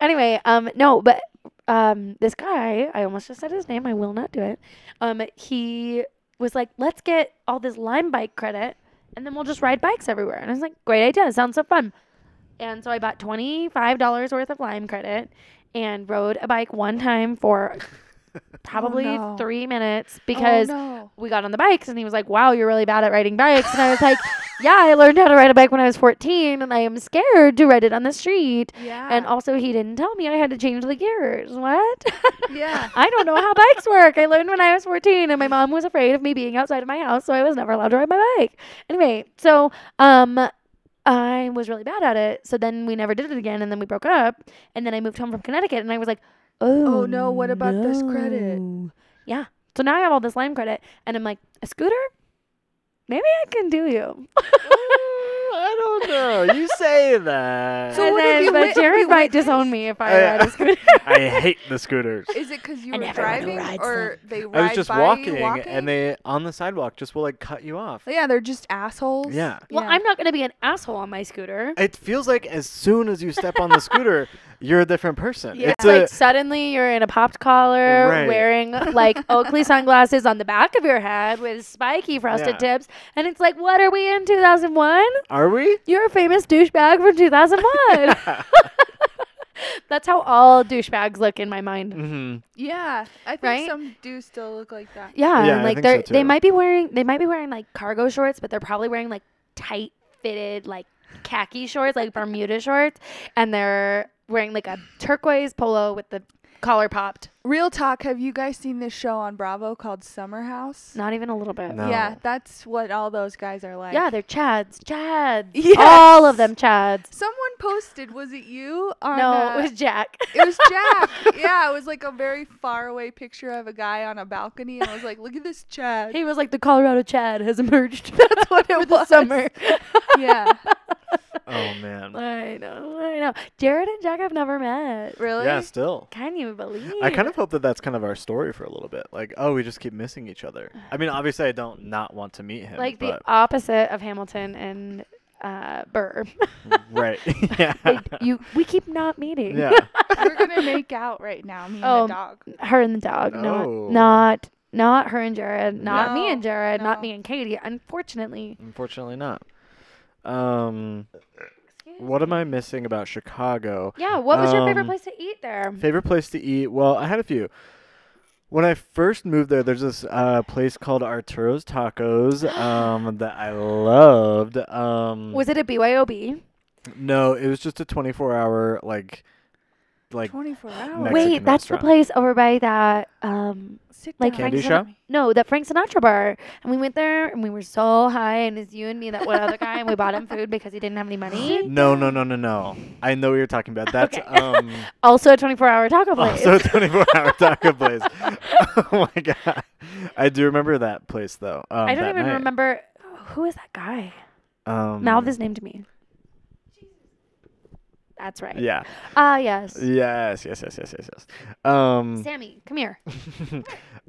anyway, um no, but um this guy, I almost just said his name, I will not do it. Um he was like, "Let's get all this Lime bike credit and then we'll just ride bikes everywhere." And I was like, "Great idea. Sounds so fun." And so I bought $25 worth of Lime credit and rode a bike one time for probably Oh, no. 3 minutes because Oh, no. we got on the bikes and he was like, Wow, you're really bad at riding bikes. And I was like, Yeah, I learned how to ride a bike when I was 14 and I am scared to ride it on the street. Yeah. And also, he didn't tell me I had to change the gears. What? Yeah. I don't know how bikes work. I learned when I was 14 and my mom was afraid of me being outside of my house, so I was never allowed to ride my bike. Anyway, so, um, I was really bad at it. So then we never did it again. And then we broke up. And then I moved home from Connecticut and I was like, Oh, Oh, no, what about this credit? no. so now I have all this Lime credit, and I'm like, a scooter? Maybe I can do you. I don't know. You say that. So and what have then, you but wit- have Jared you might witnessed? disown me Oh, if I I- ride a scooter. I hate the scooters. Is it because you And were everyone who driving, rides or they ride I was just by walking, you walking? and they on the sidewalk just will like cut you off. yeah, they're just assholes. Yeah. Well, Yeah. I'm not going to be an asshole on my scooter. It feels like as soon as you step on the scooter, you're a different person. Yeah. It's It's like a suddenly you're in a popped collar, Right. wearing like Oakley sunglasses on the back of your head with spiky frosted Yeah. tips, and it's like, what are we in 2001? are we? You're a famous douchebag from 2001. That's how all douchebags look in my mind. Mm-hmm. Yeah, I think Right? some do still look like that. Yeah, Yeah, and, I like think they're so they too. might be wearing they might be wearing like cargo shorts, but they're probably wearing like tight fitted like khaki shorts, like Bermuda shorts, and they're wearing like a turquoise polo with the collar popped. Real talk. Have you guys seen this show on Bravo called Summer House? Not even a little bit. No. Yeah, that's what all those guys are like. Yeah, they're Chads. Chads. All of them Chads. Someone posted, was it you? On, No, uh, it was Jack. it was Jack. yeah, it was like a very far away picture of a guy on a balcony, and I was like, "Look at this Chad." he was like, the Colorado Chad has emerged. That's what it was. The summer. yeah, Oh man. I know. I know. Jared and Jack have never met. really? Yeah, still. Can you believe? I kind of hope that that's kind of our story for a little bit. Like, oh, we just keep missing each other. I mean, obviously, I don't not want to meet him. like the but, opposite of Hamilton and uh, Burr. right? yeah. They- you, we keep not meeting. yeah. We're gonna make out right now, me and Oh, the dog. Her and the dog. No. Not. Not. Not her and Jared, not me and No, Jared, not no. me and Katie. Unfortunately, Unfortunately, not. Um, what am I missing about Chicago? yeah. What was your favorite Um, place to eat there? Favorite place to eat? Well, I had a few. When I first moved there, there's this uh, place called Arturo's Tacos um, that I loved. Um, Was it a BYOB? no, it was just a 24-hour like, like Twenty-four hours. Mexican Wait, that's the restaurant. place over by that. Um, Sit like down. Frank Candy Sinatra- shop? No, that Frank Sinatra bar. And we went there, and we were so high, and it's you and me, that one other guy, and we bought him food because he didn't have any money. No, no, no, no, no. I know what you're talking about. That's Okay. um Also, a 24-hour taco place. also a 24 hour taco place. oh my god, I do remember that place though. Um, I don't that even night. remember who is that guy. Um, Mouth his name to me. That's right. Yeah. Ah, yes. Yes. Yes. Yes. Yes. Yes. Yes. Um. Sammy, come here.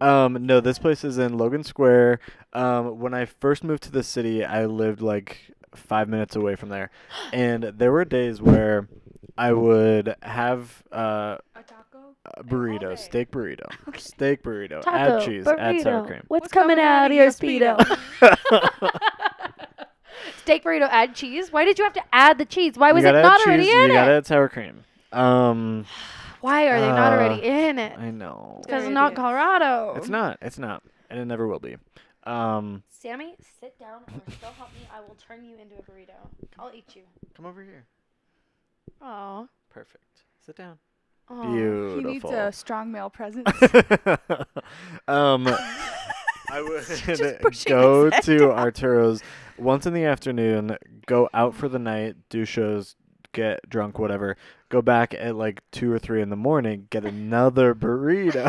um, no, this place is in Logan Square. Um, when I first moved to the city, I lived like five minutes away from there, and there were days where I would have uh, A taco. a burrito, day. steak burrito, steak burrito, Taco, add cheese, add sour burrito. cream. What's, coming, out of your speedo? Steak burrito, add cheese. Why did you have to add the cheese? Why You was it gotta add not already cheese, in You it? gotta add sour cream. Um, Why are they not Uh, already in it? I know. Because They're it's not idiots. Colorado. It's not. It's not, and it never will be. Um, Sammy, sit down, or so help me, I will turn you into a burrito. I'll eat you. come over here. Oh. Perfect. Sit down. He Beautiful. needs a strong male presence. um, I would pushing go his head to Arturo's once in the afternoon, go out for the night, do shows, get drunk, whatever, go back at like two or three in the morning, get another burrito,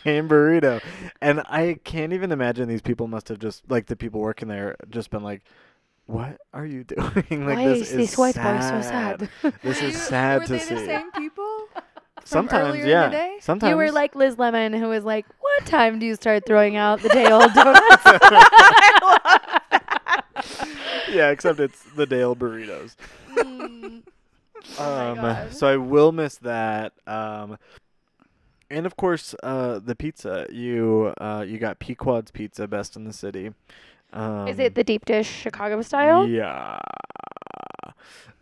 same burrito. And I can't even imagine these people must have just, like, the people working there just been like, what are you doing? like Why this is this white boy so sad? This Were is you- sad were to they see. the same people? Sometimes, earlier in the yeah. day? You were Sometimes You were like Liz Lemon, who was like, "What time do you start throwing out the day old donuts?" yeah, except it's the Dale burritos. Hmm, Mm. um, So I will miss that. Um, and of course, uh, the pizza. You uh, you got Pequod's Pizza, best in the city. Um, is it the deep dish Chicago style? Yeah.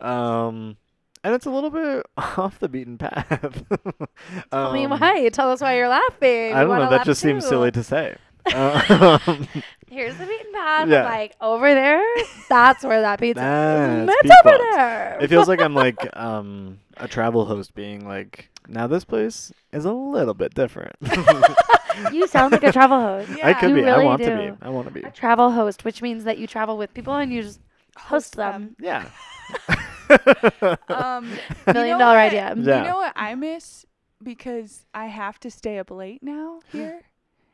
Um, and it's a little bit off the beaten path. Tell me Um, why. Tell us why you're laughing. We I don't wanna know. That laugh just seems too. silly to say. Um, Here's the beaten path. Yeah. Like over there, that's where that pizza. is. That's It's over Pequod's. there. it feels like I'm like um a travel host being like, now this place is a little bit different. you sound like a travel host. I Yeah. could You be. I really want to do. be. I want to be. A travel host, which means that you travel with people and you just host them. Yeah. Oh, Um, Million know dollar what? idea. Yeah. You know what I miss because I have to stay up late now here.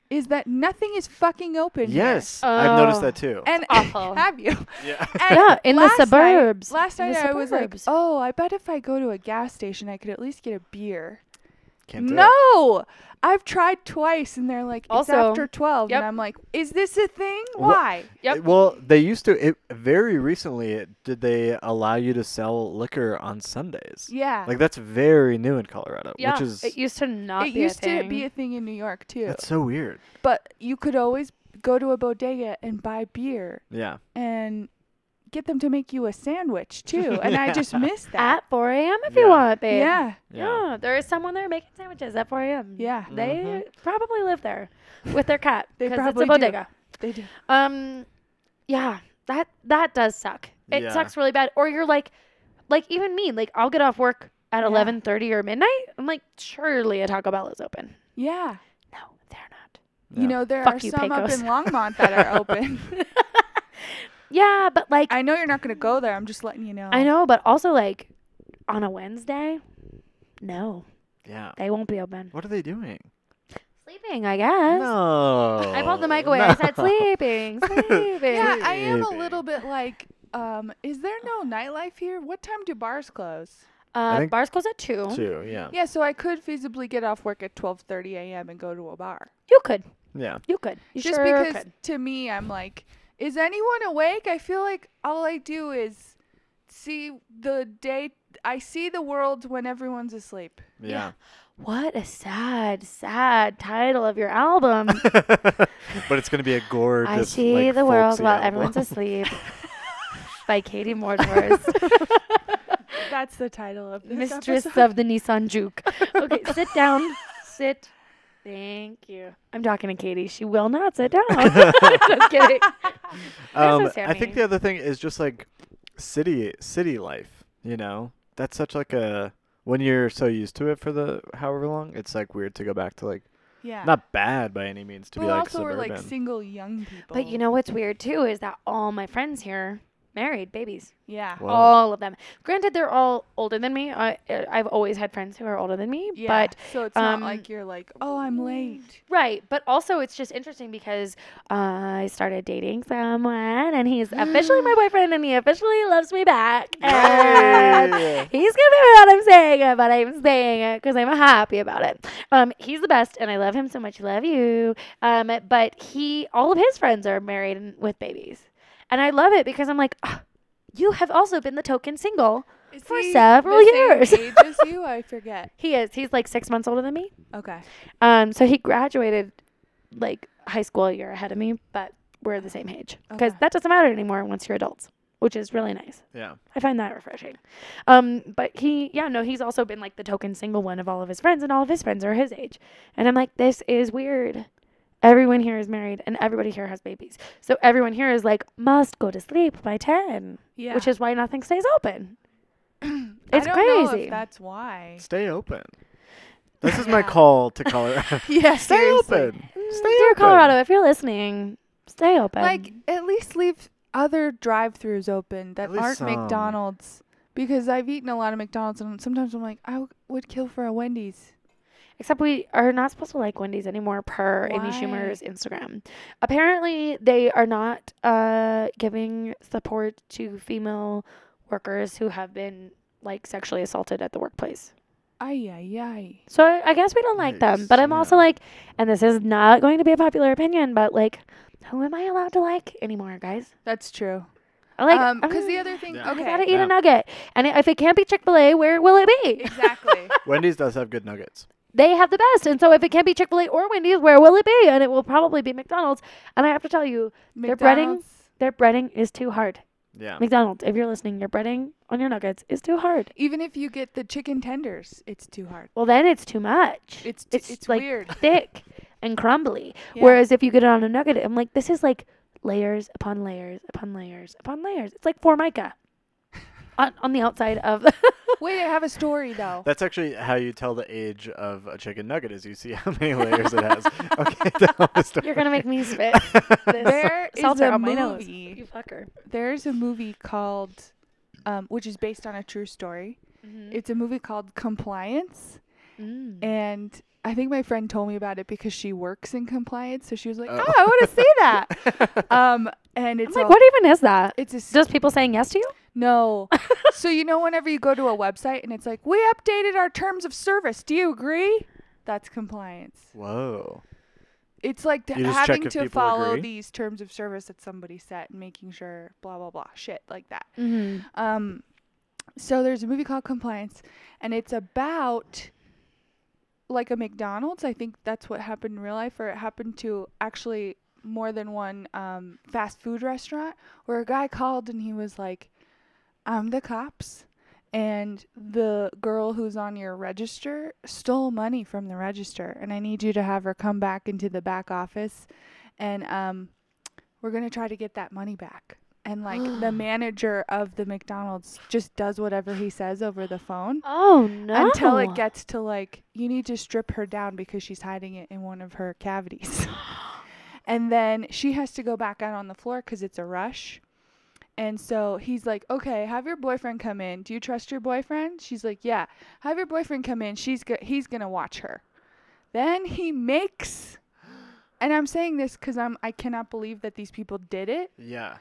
is that nothing is fucking open. here. Yes, I've noticed Oh. that too. And Awful. have you? yeah. And Yeah, in the last night- suburbs. last In night the I was like, suburbs. oh, I bet if I go to a gas station, I could at least get a beer. Can't do it. no, I've tried twice, and they're like, it's Also- after twelve, Yep. and I'm like, is this a thing? Wha- Why? Yep. It- Well, they used to. It very recently it, did they allow you to sell liquor on Sundays. Yeah, Like that's very new in Colorado, yeah, which is it used to not it be used a thing. to be a thing in New York too, that's so weird. but you could always go to a bodega and buy beer Yeah. and get them to make you a sandwich too, and I just missed that. at 4 a.m. if Yeah. you want, babe. yeah, Yeah, there is someone there making sandwiches at 4 a.m. yeah, They probably live there with their cat They because it's probably a do. bodega. they do. Um, yeah, that that does suck. It Yeah. sucks really bad. Or you're like, like even me, like I'll get off work at Yeah. 11:30 or midnight. I'm like, surely a Taco Bell is open. Yeah. No, they're not. You know, there Fuck are you, some up Pecos. in Longmont that are open. Yeah, but like I, I know you're not going to go there. I'm just letting you know. know, but also like on a Wednesday, no, Yeah. they won't be open. What are they doing? Sleeping, I guess. No. I pulled the mic away. I said sleeping, sleeping. Yeah, I am a Maybe. little bit like, um, is there no nightlife here? What time do bars close? Uh, think- bars close at two. Too. Yeah. Yeah, so I could feasibly get off work at 12:30 a.m. and go to a bar. You could, Yeah. you could, you just sure because could. to me, I'm like, is anyone awake? I feel like all I do is see the day. I see the world when everyone's asleep. Yeah. What a sad, sad title of your album. but it's gonna be a gorgeous. I see like, the world folksy while album. everyone's asleep. By Katie Mordhorst, That's the title of this mistress episode. of the Nissan Juke. Okay, sit down. Sit. Thank you. I'm talking to Katie. She will not sit down. Just kidding. Um, This is I think Sammy. the other thing is just like city city life. You know, that's such like a when you're so used to it for the however long, it's like weird to go back to like yeah. not bad by any means to but be like also suburban. we're like single young people. But you know what's weird too is that all my friends here married babies. yeah, Wow. All of them. Granted, they're all older than me. I, uh, I've always had friends who are older than me. yeah. But so it's not um, like you're like, oh, I'm late. Right, but also it's just interesting because uh, I started dating someone, and he's officially my boyfriend, and he officially loves me back, and Yay! he's gonna be what I'm saying it, but I'm saying it because I'm happy about it. Um, he's the best, and I love him so much. Love you. Um, but he, all of his friends are married and with babies, and I love it because I'm like, "Ah, you have also been the token single. Is for he several the years. Same age as you, I forget. He is. He's like six months older than me. Okay. Um, so he graduated like high school a year ahead of me, but we're the same age because Okay. that doesn't matter anymore once you're adults, which is really nice. yeah. I find that refreshing. Um, but he, yeah, no, he's also been like the token single one of all of his friends, and all of his friends are his age. And I'm like, this is weird. Everyone here is married, and everybody here has babies. So everyone here is like, must go to sleep by 10, Yeah. which is why nothing stays open. I it's don't know if crazy. that's why. Stay open. This is my call to Colorado. Yeah. Stay open. Stay Dear open. Colorado, if you're listening, stay open. Like at least leave other drive-throughs open that At least aren't some. McDonald's because I've eaten a lot of McDonald's and sometimes I'm like, I w- would kill for a Wendy's. Except we are not supposed to like Wendy's anymore per Amy Schumer's Why? Instagram. Apparently, they are not uh, giving support to female workers who have been like sexually assaulted at the workplace. Ay ay ay. So I, I guess we don't like them. But I'm Yikes, also yeah. like, and this is not going to be a popular opinion, but like, who am I allowed to like anymore, guys? That's true. I Like, um, because I'm- the other thing. Yeah. I Okay. gotta eat Yeah. a nugget, and if it can't be Chick Fil A, where will it be? Exactly. Wendy's does have good nuggets. they have the best. And so if it can't be Chick fil A or Wendy's, where will it be? And it will probably be McDonald's. And I have to tell you, They're breading- McDonald's. their breading is too hard. Yeah. McDonald's, if you're listening, your breading on your nuggets is too hard. Even if you get the chicken tenders, it's too hard. Well, then it's too much. It's t- It's it's, like- weird. Thick and crumbly. Yeah. Whereas if you get it on a nugget, I'm like, this is like layers upon layers upon layers upon layers. It's like formica on, on the outside of. Wait, I have a story though. That's actually how you tell the age of a chicken nugget is you see how many layers it has. Okay, tell the story. you're going to make me spit. This There is salts out a on my nose. movie. You fucker. There's a movie called, um, which is based on a true story. It's a movie called Compliance, Mm-hmm. Mm. and I think my friend told me about it because she works in compliance, so she was like, Oh. "Oh, I want to see that." um, I'm and it's like, all- what even is that? It's a s- Just people saying yes to you? no. so you know, whenever you go to a website and it's like, "We updated our terms of service. Do you agree?" That's compliance. Whoa. It's like th- You just check having if to people follow agree? these terms of service that somebody set and making sure blah blah blah shit like that. Mm-hmm. Um, so there's a movie called Compliance, and it's about like a McDonald's. I think that's what happened in real life, or it happened to actually more than one um, fast food restaurant where a guy called and he was like, "I'm the cops." And the girl who's on your register stole money from the register, and I need you to have her come back into the back office, and um, we're gonna try to get that money back. And like the manager of the McDonald's just does whatever he says over the phone Oh no. until it gets to like you need to strip her down because she's hiding it in one of her cavities and then she has to go back out on the floor because it's a rush and so he's like okay have your boyfriend come in do you trust your boyfriend she's like yeah have your boyfriend come in she's go- he's gonna watch her then he makes and i'm saying this because i'm i cannot believe that these people did it Yeah.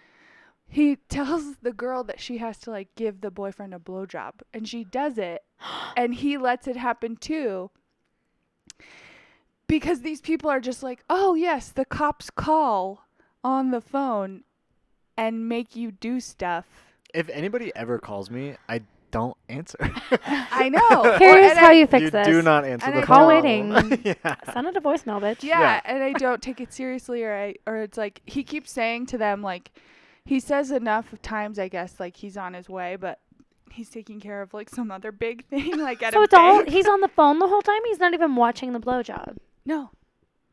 he tells the girl that she has to like give the boyfriend a blowjob, and she does it, and he lets it happen too. Because these people are just like, oh yes, the cops call on the phone, and make you do stuff. If anybody ever calls me, I don't answer. I know. Or- Here's and how I- you fix you this. do not answer and the I Call phone. waiting. yeah. Send it a voicemail, bitch. Yeah, Yeah. and I don't take it seriously, or I, or it's like he keeps saying to them like, he says enough times, I guess, like he's on his way, but he's taking care of like some other big thing, like at So a it's all bank. he's on the phone the whole time. He's not even watching the blowjob. No.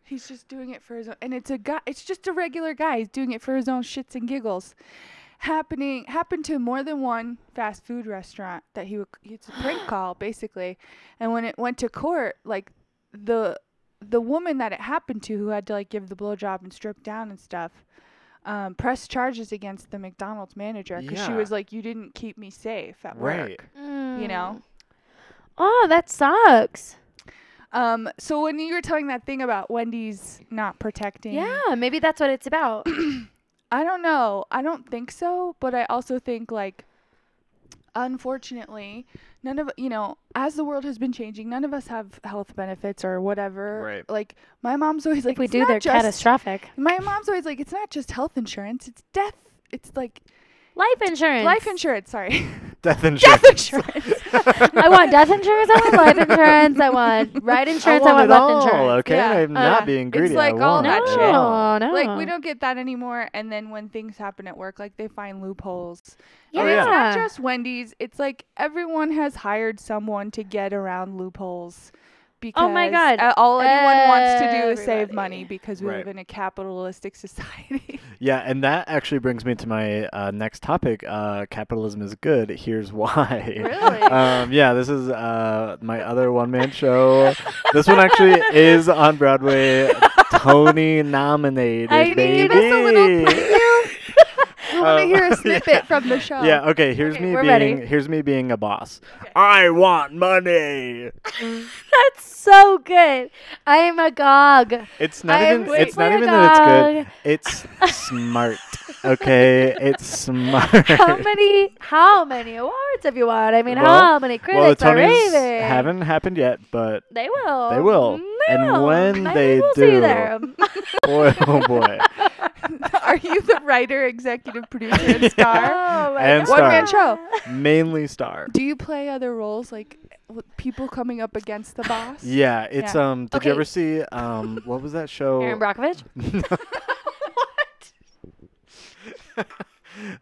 He's just doing it for his own and it's a guy it's just a regular guy. He's doing it for his own shits and giggles. Happening happened to more than one fast food restaurant that he would it's a prank call basically. And when it went to court, like the the woman that it happened to who had to like give the blowjob and strip down and stuff um, pressed charges against the McDonald's manager because she Yeah. was like, "You didn't keep me safe at Right. work," Mm. you Mm. know. Oh, that sucks. Um, so when you were telling that thing about Wendy's not protecting, Yeah, maybe that's what it's about. I don't know. I don't think so, but I also think like unfortunately, none of you know, as the world has been changing, none of us have health benefits or whatever. Right. Like my mom's always like if we "It's do, not they're just, catastrophic. My mom's always like it's not just health insurance, it's death. It's like Life insurance. life insurance, sorry. Death insurance. death insurance. I want death insurance. I want life insurance. I want right insurance. I I want, want it all. left insurance. Oh, Okay, Yeah. I'm not Uh, being it's greedy. I like all want Oh, that it shit. all. No, no. Like we don't get that anymore and then when things happen at work like they find loopholes. Oh, Yeah. And it's not just Wendy's. It's like everyone has hired someone to get around loopholes. Because Oh my God, uh, All anyone wants to do is save everybody. money because we live Right. in a capitalistic society. Yeah, and that actually brings me to my uh, next topic. Uh, capitalism is good. Here's why. um, yeah, this is uh, my other one man show. this one actually is on Broadway. Tony nominated. I need baby. us a little I want to Um, hear yeah. a snippet from the show. Yeah, okay, here's Okay, me we're being ready. here's me being a boss. I want money. That's so good. I am a gog. It's not I'm even it's not waiting even for that it's good. It's smart. Okay, it's smart. How many? How many awards have you won? I mean, Well- how many well, the critics are Tonys raving? haven't happened yet, but They will. They will. They And will. when I they will see you do- there. boy, oh boy. Are you the writer, executive producer, and star? Oh my And Oh. One man star. show. Mainly star. Do you play other roles like w- people coming up against the boss? Yeah, it's um. Did Okay. you ever see um? What was that show? Aaron Brockovich.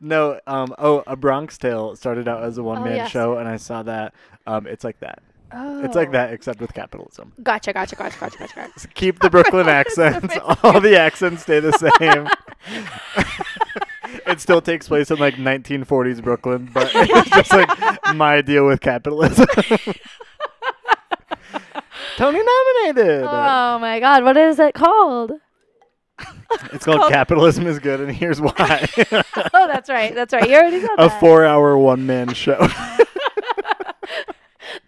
no, um. Oh, A Bronx Tale started out as a one-man yes. show, and I saw that. Um, it's like that. Oh. It's like that, except with capitalism. Gotcha, gotcha, gotcha, gotcha, gotcha. gotcha. Just keep the Brooklyn accents. All the accents stay the same. it still takes place in like 1940s Brooklyn, but it's just like my deal with capitalism. Tony nominated. Oh my God! What is it called? it's called Capitalism is Good, and here's why. Oh, that's right. That's right. You already said a that. four hour one man show.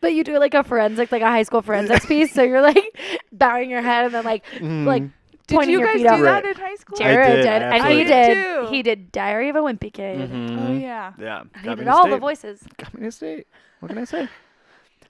But you do like a forensic, like a high school forensics piece. So you're like bowing your head and then like like Did pointing you your guys feet do up. that Right. in high school? Jared did, did, Mm-hmm. I and he absolutely did. Mm-hmm. did. too. He did Diary of a Wimpy Kid. Oh yeah. Yeah. And He did all the voices. Communist state. What can I say?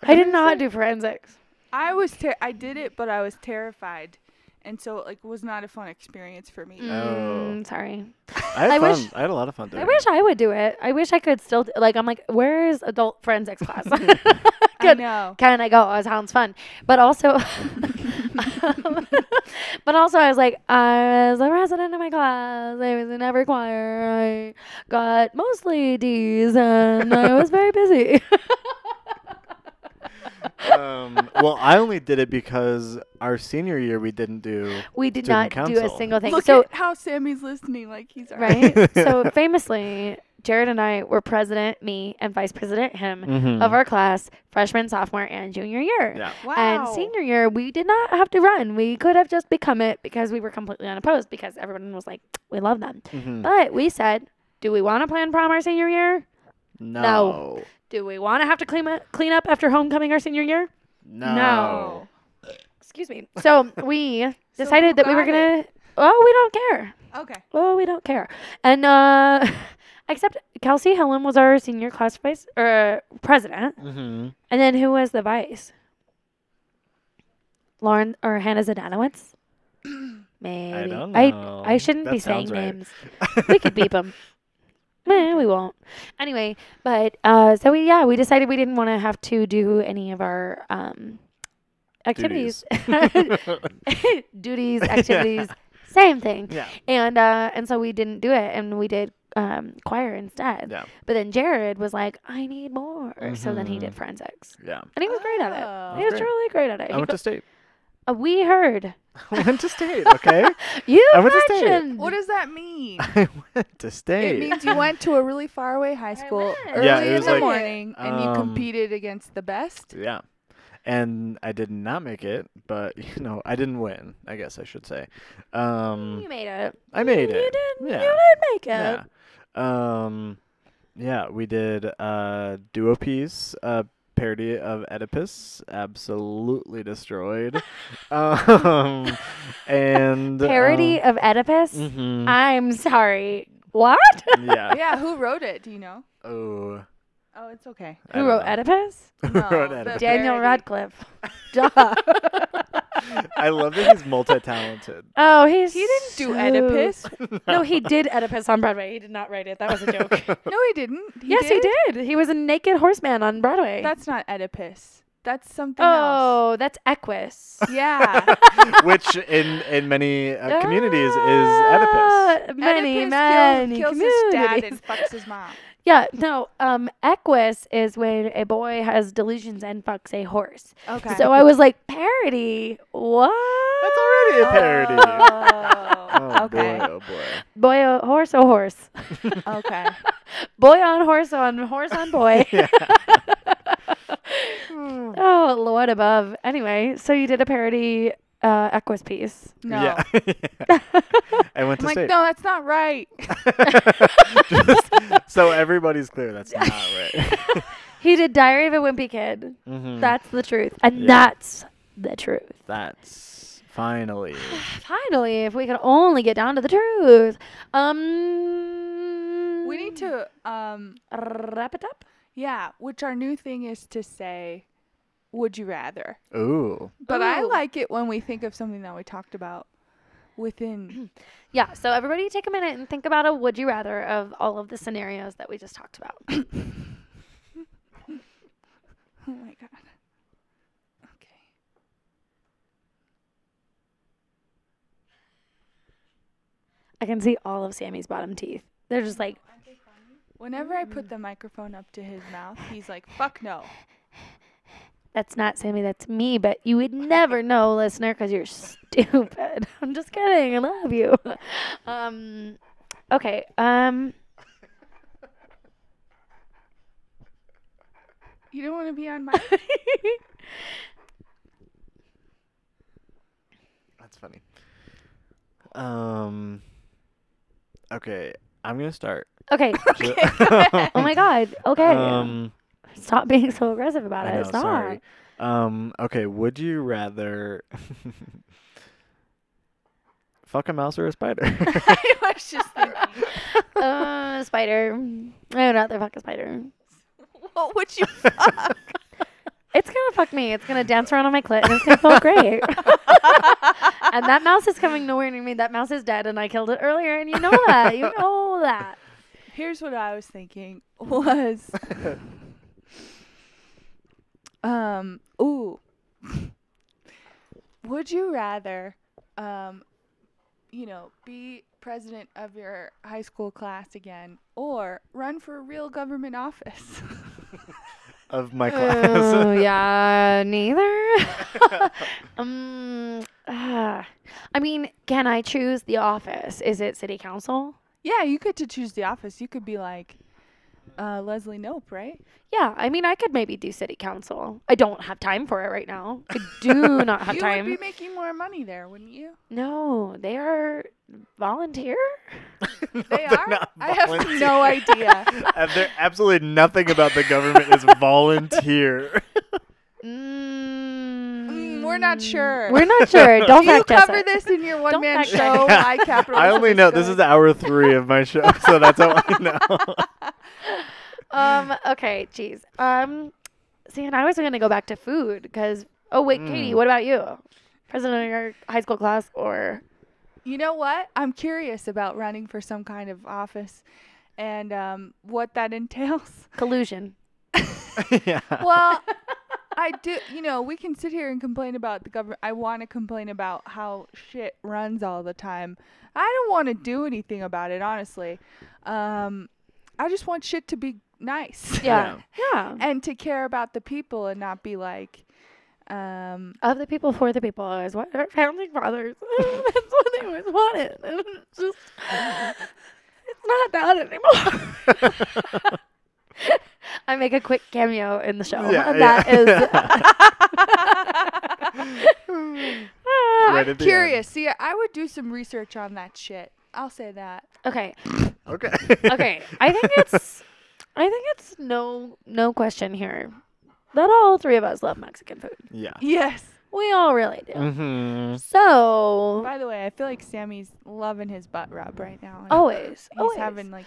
I did not do forensics. I was ter- I did it, but I was terrified, and so it, like was not a fun experience for Oh. me. Mm, sorry. I had I fun. wish- I had a lot of fun doing I it. wish I would do it. I wish I could still do, like I'm like where is adult forensics class? I Good. know. Can I go? Oh, It sounds fun. But also, but also, I was like, I was the president of my class. I was in every choir. I got mostly D's, and I was very busy. um, well, I only did it because our senior year we didn't do. we did not Student do a council. single thing. Look so at how Sammy's listening, like he's our right. so famously, Jared and I were president, me, and vice president, him, of our class, freshman, sophomore, and junior year. Mm-hmm. yeah. Wow. And senior year, we did not have to run. We could have just become it because we were completely unopposed because everyone was like, we love them. Mhm. But we said, do we want to plan prom our senior year? No. Do we want to have to clean up, clean up after homecoming our senior year? No. Oh. No. Excuse me. So we decided who that we were got going to, oh, we don't care. Okay. Oh, we don't care. And uh, except Kelsey Helen was our senior class vice or president. Mm-hmm. And then who was the vice? Lauren or Hannah Zadanowitz? Maybe. don't know. I, shouldn't be That saying sounds right. names. We could beep them. Meh, we won't. Anyway, but uh, so we yeah we decided we didn't want to have to do any of our um, activities, duties, activities, same thing. Yeah. And uh, and so we didn't do it, and we did um, choir instead. Yeah. But then Jared was like, "I need more," so then he Mm-hmm. did forensics, Yeah. and he was great at it. Oh. He was great. really great at it. He I went put- to state. uh, we heard I went to state. Okay. you I went to state. mentioned. What does that mean? I went to It state. means you went to a really far away high school went. early Yeah, it in was the like- morning, and you Um, competed against the best. yeah. And I did not make it, but you know, I didn't win. I guess I should say. Um, You made it. I made You it. did. Yeah. You did make it. Yeah. Um, yeah, we did uh, duo piece, a parody of Oedipus, absolutely destroyed. um, and um, Parody of Oedipus. hmm I'm sorry. What? yeah. yeah. Who wrote it? Do you know? Oh. Oh, it's okay. I Who don't wrote know. Oedipus? Who wrote No, the Oedipus? Daniel Parody. Radcliffe. Duh. I love that he's multi-talented. oh, he's He didn't do so- Oedipus. No, he did Oedipus on Broadway. He did not write it. That was a joke. No, he didn't. He yes, he did. He was a naked horseman on Broadway. That's not Oedipus. That's something else. oh, that's Equus. Yeah. which in in many uh, communities is Ah, Oedipus. Many, Oedipus many kills, kills his communities. dad and fucks his mom. Yeah, no. Um, equus is when a boy has delusions and fucks a horse. Okay. So uh, I was like, parody. What? That's already a parody. Oh, Oh okay. boy, oh boy. Boy, a horse, a horse. Okay. Boy on horse on horse on boy. oh, Lord above. Anyway, so you did a parody uh, equus piece. No. Yeah. I went I'm to like, state. no, that's not right. Just- so everybody's clear that's not right. He did Diary of a Wimpy Kid. Mhm. That's the truth, and Yeah. that's the truth. That's finally. Finally, if we could only get down to the truth. Um, We need to, um, wrap it up. yeah, which our new thing is to say, would you rather? Ooh. But I Ooh. like it when we think of something that we talked about within. Yeah. So everybody, take a minute and think about a would you rather of all of the scenarios that we just talked about. oh my God. Okay. I can see all of Sammy's bottom teeth. They're just like, Whenever I put the microphone up to his mouth, he's like, fuck no. that's not Sammy, that's me. But you would never know, listener, because you're stupid. I'm just kidding. I love you. Um, okay. Um, You don't want to be on my. That's funny. Um Okay, I'm going to start. okay. Ju- Oh my God. Okay. um Stop being so aggressive about I it. know, it's not. sorry. Um, okay, would you rather fuck a mouse or a spider? I was just thinking, Uh, spider. No, not the fuck a spider. what would you fuck? It's gonna fuck me. It's gonna dance around on my clit, and it's gonna feel great. and that mouse is coming nowhere near me. That mouse is dead, and I killed it earlier, and you know that. You know that. Here's what I was thinking was um ooh. Would you rather um you know, be president of your high school class again or run for a real government office? of my Oh class. yeah, neither. um, ah. I mean, can I choose the office? Is it city council? yeah, you get to choose the office. You could be like uh, Leslie Nope, right? Yeah, I mean, I could maybe do city council. I don't have time for it right now. I do not have you time. would be making more money there, wouldn't you? no, they are volunteer. No, They they're are? not I have volunteer. no idea. Uh, there absolutely nothing about the government is volunteer. Mm, we're not sure. We're not sure. Don't Do you fact check cover us. this in your one man fact check show? us. Why capitalism? I only is know this good? is hour three of my show, so that's all I know. Um. Okay. Jeez. Um. See, and I was gonna go back to food because. Oh wait, Katie. Mm. What about you? President of your high school class or? You know what? I'm curious about running for some kind of office and um, what that entails. Collusion. yeah. Well, I do, you know, we can sit here and complain about the government. I want to complain about how shit runs all the time. I don't want to do anything about it, honestly. Um, I just want shit to be nice Yeah. Yeah. and to care about the people and not be like, um, Of the people for the people is what our founding fathers. That's what they always wanted. And it's just, it's not that anymore. I make a quick cameo in the show. Yeah, and that yeah. is. Right I'm at the end. curious. See, I would do some research on that shit. I'll say that. okay. Okay. Okay. I think it's. I think it's no no question here that all three of us love Mexican food. Yeah. Yes. We all really do. Mm-hmm. So By the way, I feel like Sammy's loving his butt rub right now. and always, He's always having like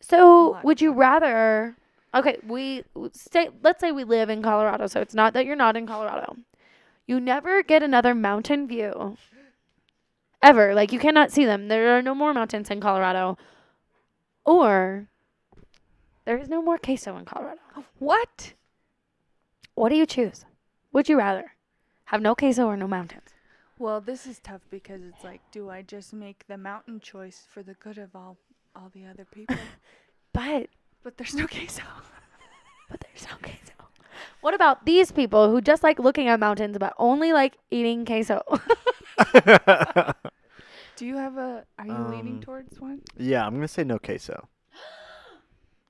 So lot would you rather? Okay, we w- say let's say we live in Colorado, so it's not that you're not in Colorado. You never get another mountain view. Ever. Like you cannot see them. There are no more mountains in Colorado. Or there is no more queso in Colorado. what? What do you choose? Would you rather have no queso or no mountains? Well, this is tough because it's like, do I just make the mountain choice for the good of all all the other people? But but there's no queso. but there's no queso. What about these people who just like looking at mountains but only like eating queso? Do you have a? Are you leaning Um, towards one? yeah, I'm gonna say no queso.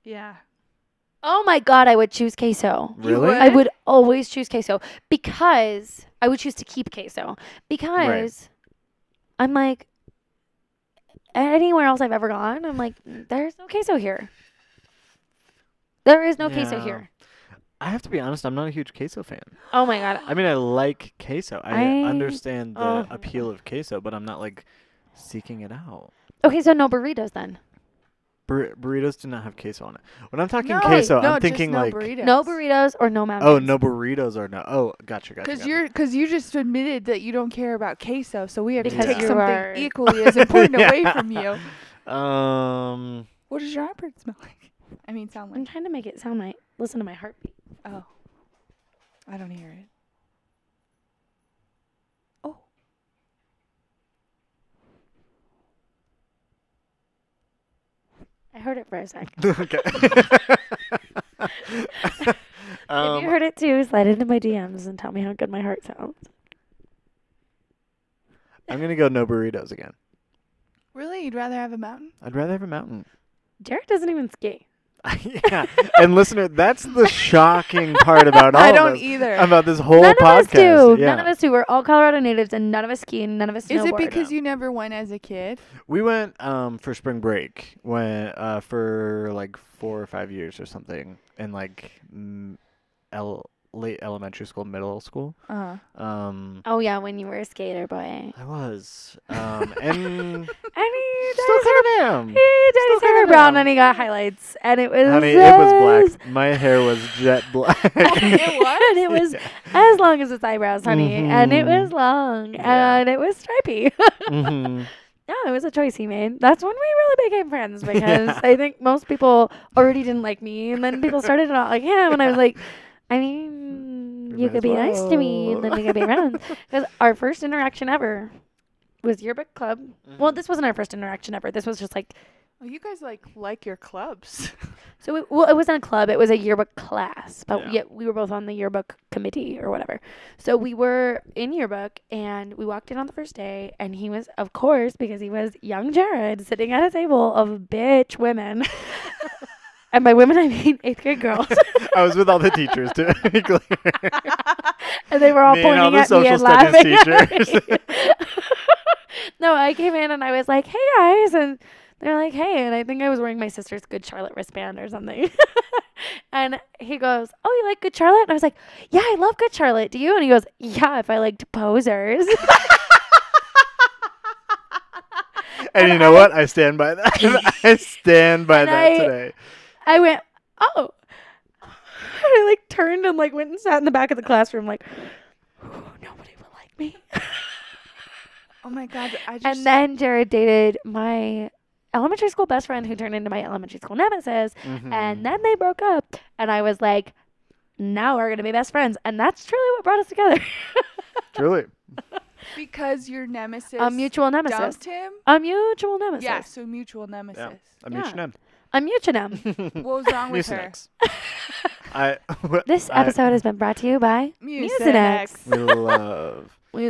Yeah. Oh my god, I would choose queso. You Really? I Would? would always choose queso because I would choose to keep queso because I'm like anywhere else I've ever gone, I'm like there's no queso here. There is no queso Yeah. here. I have to be honest. I'm not a huge queso fan. Oh my god. I mean, I like queso. I, I- understand the oh. appeal of queso, but I'm not like seeking it out. Okay, so no burritos then. Bur- burritos do not have queso on it. When I'm talking No, queso, no, I'm just thinking no like, burritos. No burritos or no mountains. oh, no burritos are no. Oh, gotcha, gotcha. Because gotcha. you're, because you just admitted that you don't care about queso, so we have Because to take you something are- equally as important away Yeah. from you. um, What does your iPad smell like? I mean, sound I'm Mm. like? trying to make it sound like listen to my heartbeat. Oh, I don't hear it. Oh, I heard it for a second. okay. if you um, heard it too, slide into my DMs and tell me how good my heart sounds. I'm gonna go no burritos again. really? You'd rather have a mountain? I'd rather have a mountain. Jared doesn't even ski. yeah. And listener, that's the shocking part about all I of don't us, either. About this whole none podcast. of us do. Yeah. None of us do. We're all Colorado natives, and none of us ski, and none of us Is it snowboard. because you never went as a kid? We went um for spring break when uh for like four or five years or something in like mm, el- late elementary school, middle school. Uh-huh. Um, Oh yeah, when you were a skater boy. I was um and I still kind of am. Daddy's Still hair kinda brown brown. and he got highlights and it was Honey, it was as- black. My hair was jet black. It was? and it was as long as its eyebrows, honey. And it was long Mm-hmm. Yeah. and it was stripy. Mhm. no, it was a choice he made. That's when we really became friends because Yeah. I think most people already didn't like me and then people started to not like him and I was like, I mean, you We might could as be nice to me and then we could be friends. Because our first interaction ever was yearbook club. Well, Mm-hmm. this wasn't our first interaction ever. This was just like Well, Oh, you guys like like your clubs. So it, well, it wasn't a club; it was a yearbook class. But Yeah. yet we were both on the yearbook committee or whatever. So we were in yearbook, and we walked in on the first day, and he was, of course, because he was young Jared, sitting at a table of bitch women. And by women, I mean eighth grade girls. I was with all the teachers too. to be clear. and they were all Me and pointing all the at me social and laughing. studies at me. teachers. no, I came in and I was like, "Hey guys," and they're like, "Hey," and I think I was wearing my sister's Good Charlotte wristband or something. and he goes, "Oh, you like Good Charlotte?" And I was like, "Yeah, I love Good Charlotte. Do you?" And he goes, "Yeah, if I liked posers." And you know what? I stand by that. I stand by And that I- today. I went, "Oh." I like turned and like went and sat in the back of the classroom, like, "Ooh, nobody will like me. Oh my god, I just And then Jared dated my elementary school best friend who turned into my elementary school nemesis. Mm-hmm. Mm. And then they broke up. And I was like, now we're going to be best friends. And that's truly what brought us together Truly. because your nemesis a mutual nemesis. dumped him. A mutual nemesis. Yeah, so mutual nemesis. I'm Yeah. H&M. A mutinum. What was wrong with her? Mucinex. I, This I- episode has been brought to you by Mucinex. we love. we,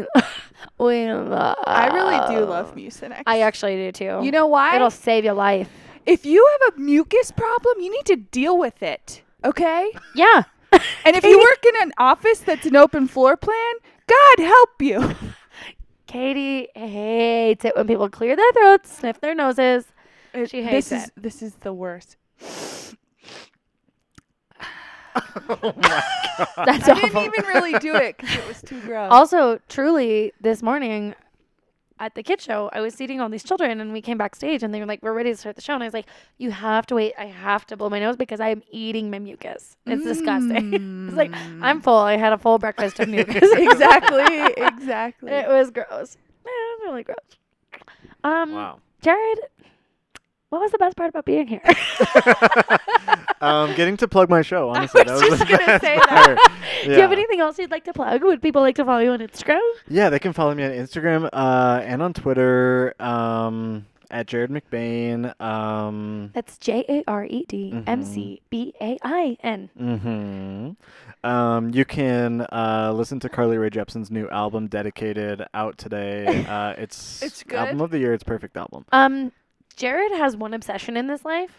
we love. I really do Oh. love Mucinex. I actually do too. You know why? it'll save your life. if you have a mucus problem, you need to deal with it. Okay? Yeah. And if you work in an office that's an open floor plan, God help you. Katie hates it when people clear their throats, sniff their noses. She hates this is it. this is the worst. Oh That's I awful. didn't even really do it because it was too gross. Also, truly, this morning at the kid show, I was seating all these children, and we came backstage, and they were like, "We're ready to start the show," and I was like, "You have to wait. I have to blow my nose because I am eating my mucus. It's disgusting. Mm. it's like I'm full. I had a full breakfast of mucus. exactly, exactly. it was gross. It was really gross. Um, Jared, what was the best part about being here? um, getting to plug my show, honestly. was that just the gonna best say that. part. Do you have Yeah. anything else you'd like to plug? Would people like to follow you on Instagram? Yeah, they can follow me on Instagram uh, and on Twitter um, at Jared McBain. Um, That's J A R E D M C B A I N. mhm. Um, you can uh, listen to Carly Rae Jepsen's new album, Dedicated, out today. Uh, it's It's album good? of the year. It's perfect album. Um, Jared has one obsession in this life,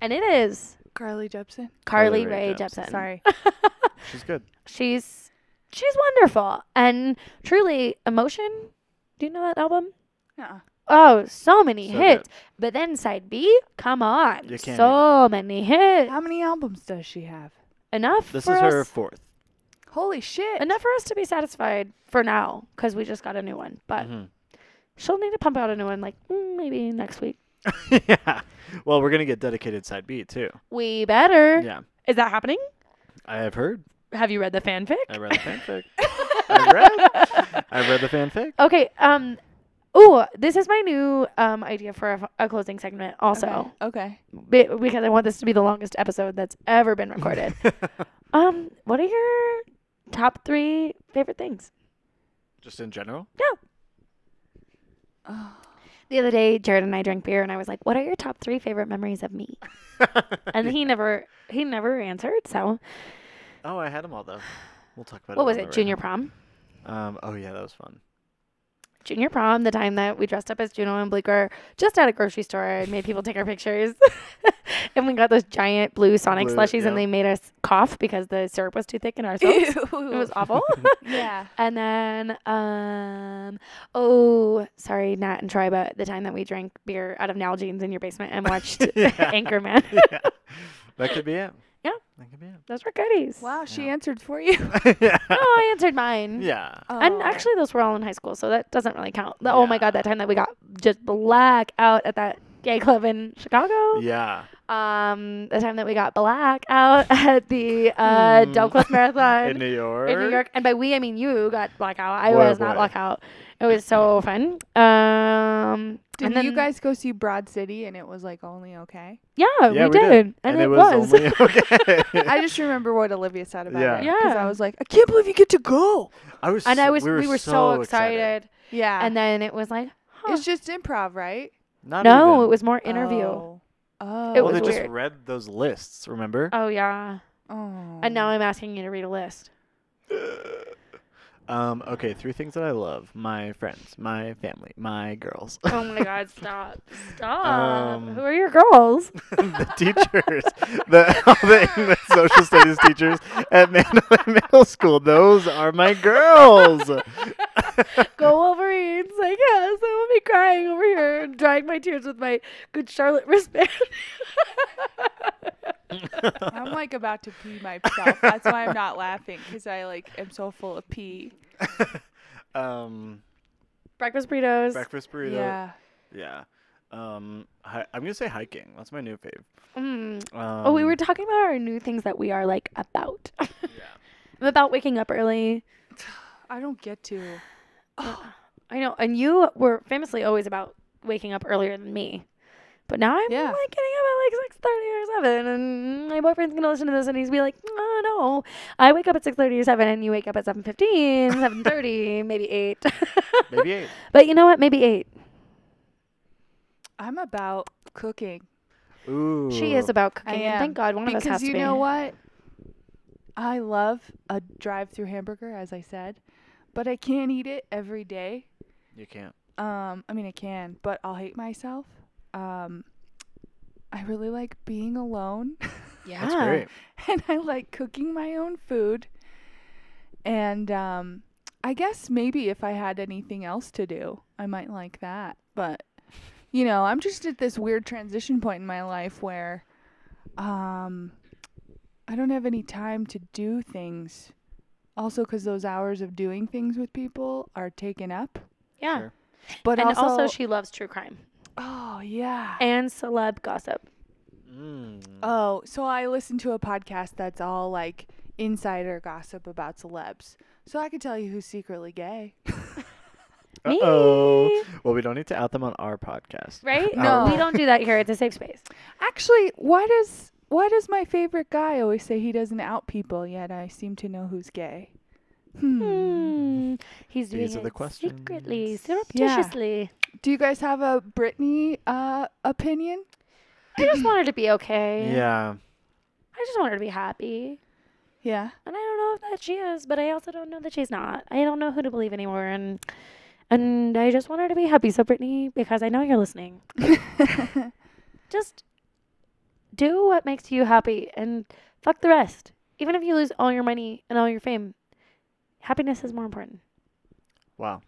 and it is Carly Jepsen. Carly Carly Rae Rae Jepsen. Sorry. She's good. she's she's wonderful and truly emotion. Do you know that album? Uh-uh. Oh, so many So hits. But then side B, come on, You can't so many hits. How many albums does she have? Enough. This for is her us- fourth. Holy shit. enough for us to be satisfied for now because we just got a new one. But Mhm. she'll need to pump out a new one, like mm, maybe next week. yeah. Well, we're gonna get dedicated side B too. We better. Yeah, Is that happening? I have heard. Have you read the fanfic? I read the fanfic. I read. I read the fanfic. Okay. Um. Oh, this is my new um idea for a, f- a closing segment. Also, Okay. Be- because I want this to be the longest episode that's ever been recorded. um. What are your top three favorite things? Just in general. The other day, Jared and I drank beer, and I was like, "What are your top three favorite memories of me?" and he never he never answered. So, Oh, I had them all though. We'll talk about it. what was on the it? radio. Junior prom. Um. Oh yeah, that was fun. junior prom, the time that we dressed up as Juno and Bleecker just at a grocery store and made people take our pictures. and we got those giant blue Sonic Blue, slushies yeah. and they made us cough because the syrup was too thick in our throats. It was awful. yeah. And then, um, oh, sorry, Nat and Troy, but the time that we drank beer out of Nalgene's in your basement and watched Yeah. Anchorman. yeah. That could be it. Yeah. That could be Those were goodies. Wow, she Yeah. answered for you. it. yeah. Oh, I answered mine. Yeah. And Oh. actually, those were all in high school, so that doesn't really count. The- Oh my Yeah. God, that time that we got just black out at that gay club in Chicago. Yeah. Um, the time that we got black out at the uh, Hmm. Delcliffe Marathon In New York. in New York, and by we I mean you got blackout. I Boy, oh was not boy. blackout. It was so fun. Um, Did and then, you guys go see Broad City and it was like only okay? Yeah, Yeah, we, we did. did. and, it was. only okay. I just remember what Olivia said about Yeah. it. Because Yeah. I was like, I can't believe you get to go. I was. and so- I was. We were, so excited. Yeah. And then it was like, huh. it's just improv, right? Not no, even. it was more interview. Oh, Oh. Oh. It Well, was they weird. just read those lists. Remember? yeah. Oh. And now I'm asking you to read a list. Um. Okay. Three things that I love: my friends, my family, my girls, Oh my God! Stop! Stop! Um, Who are your girls? the teachers, the all the English social studies teachers at Mandalay Middle School. Those are my girls. Go Wolverines! I guess I will be crying over here, and drying my tears with my good Charlotte wristband. I'm like about to pee myself. That's why I'm not laughing because I like am so full of pee. um. Breakfast burritos. Breakfast burrito. Yeah. Yeah. Um. Hi- I'm gonna say hiking. That's my new fave. Mm. Um, Oh, we were talking about our new things that we are like about. I'm about waking up early. I don't get to. I know, and you were famously always about waking up earlier than me, but now I'm Yeah. like getting up at like six thirty or seven, and my boyfriend's gonna listen to this and he's be like, "Oh no, I wake up at six thirty or seven, and you wake up at 7.15, 7.30, maybe eight. maybe eight. but you know what? Maybe eight. I'm about cooking Ooh. She is about cooking. and am. Thank God, one because of us has you to be. know what? I love a drive-through hamburger, as I said, but I can't eat it every day. You can't. Um, I mean, I can, but I'll hate myself. Um, I really like being alone, Yeah, That's great. and I like cooking my own food. And um, I guess maybe if I had anything else to do, I might like that. But you know, I'm just at this weird transition point in my life where um, I don't have any time to do things. Also, because those hours of doing things with people are taken up. Yeah, Sure. But and also, she loves true crime oh yeah. and celeb gossip. Mm. Oh, so I listen to a podcast that's all like insider gossip about celebs. So I could tell you who's secretly gay. Me. oh. Well, we don't need to out them on our podcast. Um, Right? No. we don't do that here. It's a safe space. Actually, why does why does my favorite guy always say he doesn't out people yet I seem to know who's gay? Hmm. Hmm. He's doing These are the it secretly, questions. surreptitiously. Do you guys have a Britney uh opinion? I just want her to be okay. Yeah. I just want her to be happy. Yeah. And I don't know if that she is, but I also don't know that she's not. I don't know who to believe anymore. And and I just want her to be happy. So Brittany, because I know you're listening, just do what makes you happy and fuck the rest. Even if you lose all your money and all your fame, happiness is more important. Wow.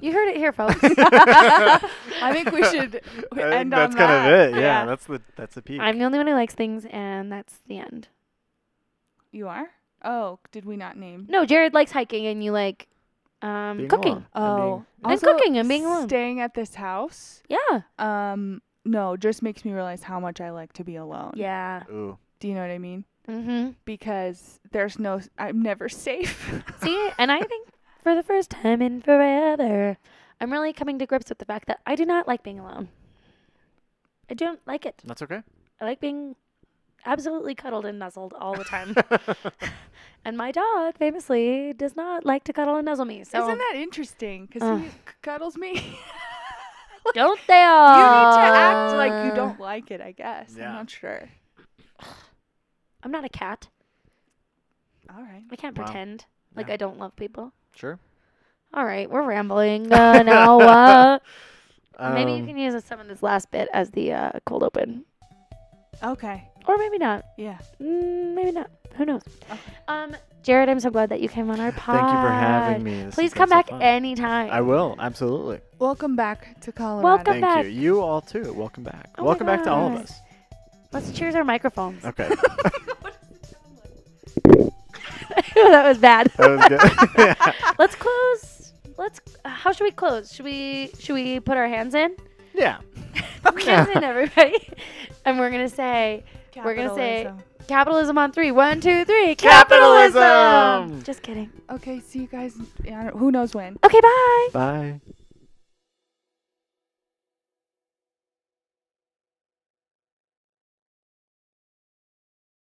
You heard it here, folks. I think we should I think end that's on kind that. of it. Yeah, Yeah. That's the that's the peak. I'm the only one who likes things, and that's the end. You are? Oh, did we not name? No, Jared likes hiking, and you like um, Being cooking. alone and being- Oh, And also cooking and being alone. Staying at this house. Yeah. Um, no, just makes me realize how much I like to be alone. Yeah. Ooh. Do you know what I mean? Mm-hmm. Because there's no, I'm never safe. See, and I think for the first time in forever, I'm really coming to grips with the fact that I do not like being alone. I don't like it. That's okay. I like being absolutely cuddled and nuzzled all the time. and my dog, famously, does not like to cuddle and nuzzle me. So Isn't that interesting? Because Uh. he c- cuddles me. you need don't they to all? act like you Uh. don't like it. I guess. Yeah. I'm not sure. I'm not a cat. All right. I can't Wow. pretend like Yeah. I don't love people. Sure. All right, we're rambling uh, now. Uh, maybe you Um, can use some of this last bit as the uh, cold open, Okay. or maybe not. Yeah. Mm, maybe not. Who knows? Um, Jared, I'm so glad that you came on our pod. Thank you for having me. This has Please been come so back fun. anytime. I will absolutely. Welcome back to Colorado. Welcome. Thank back. you. You all too. Welcome back. Oh my Welcome back to all of God. us. Let's cheers our microphones. Okay, that was bad. that was good. Yeah. Let's close. Let's. How should we close? Should we? Should we put our hands in? yeah. Hands in, everybody. and we're gonna say We're gonna say- Capitalism. capitalism on three. One, two, three. Capitalism! Just kidding. Okay. See you guys. in- I don't- Who knows when. Okay, bye. Bye.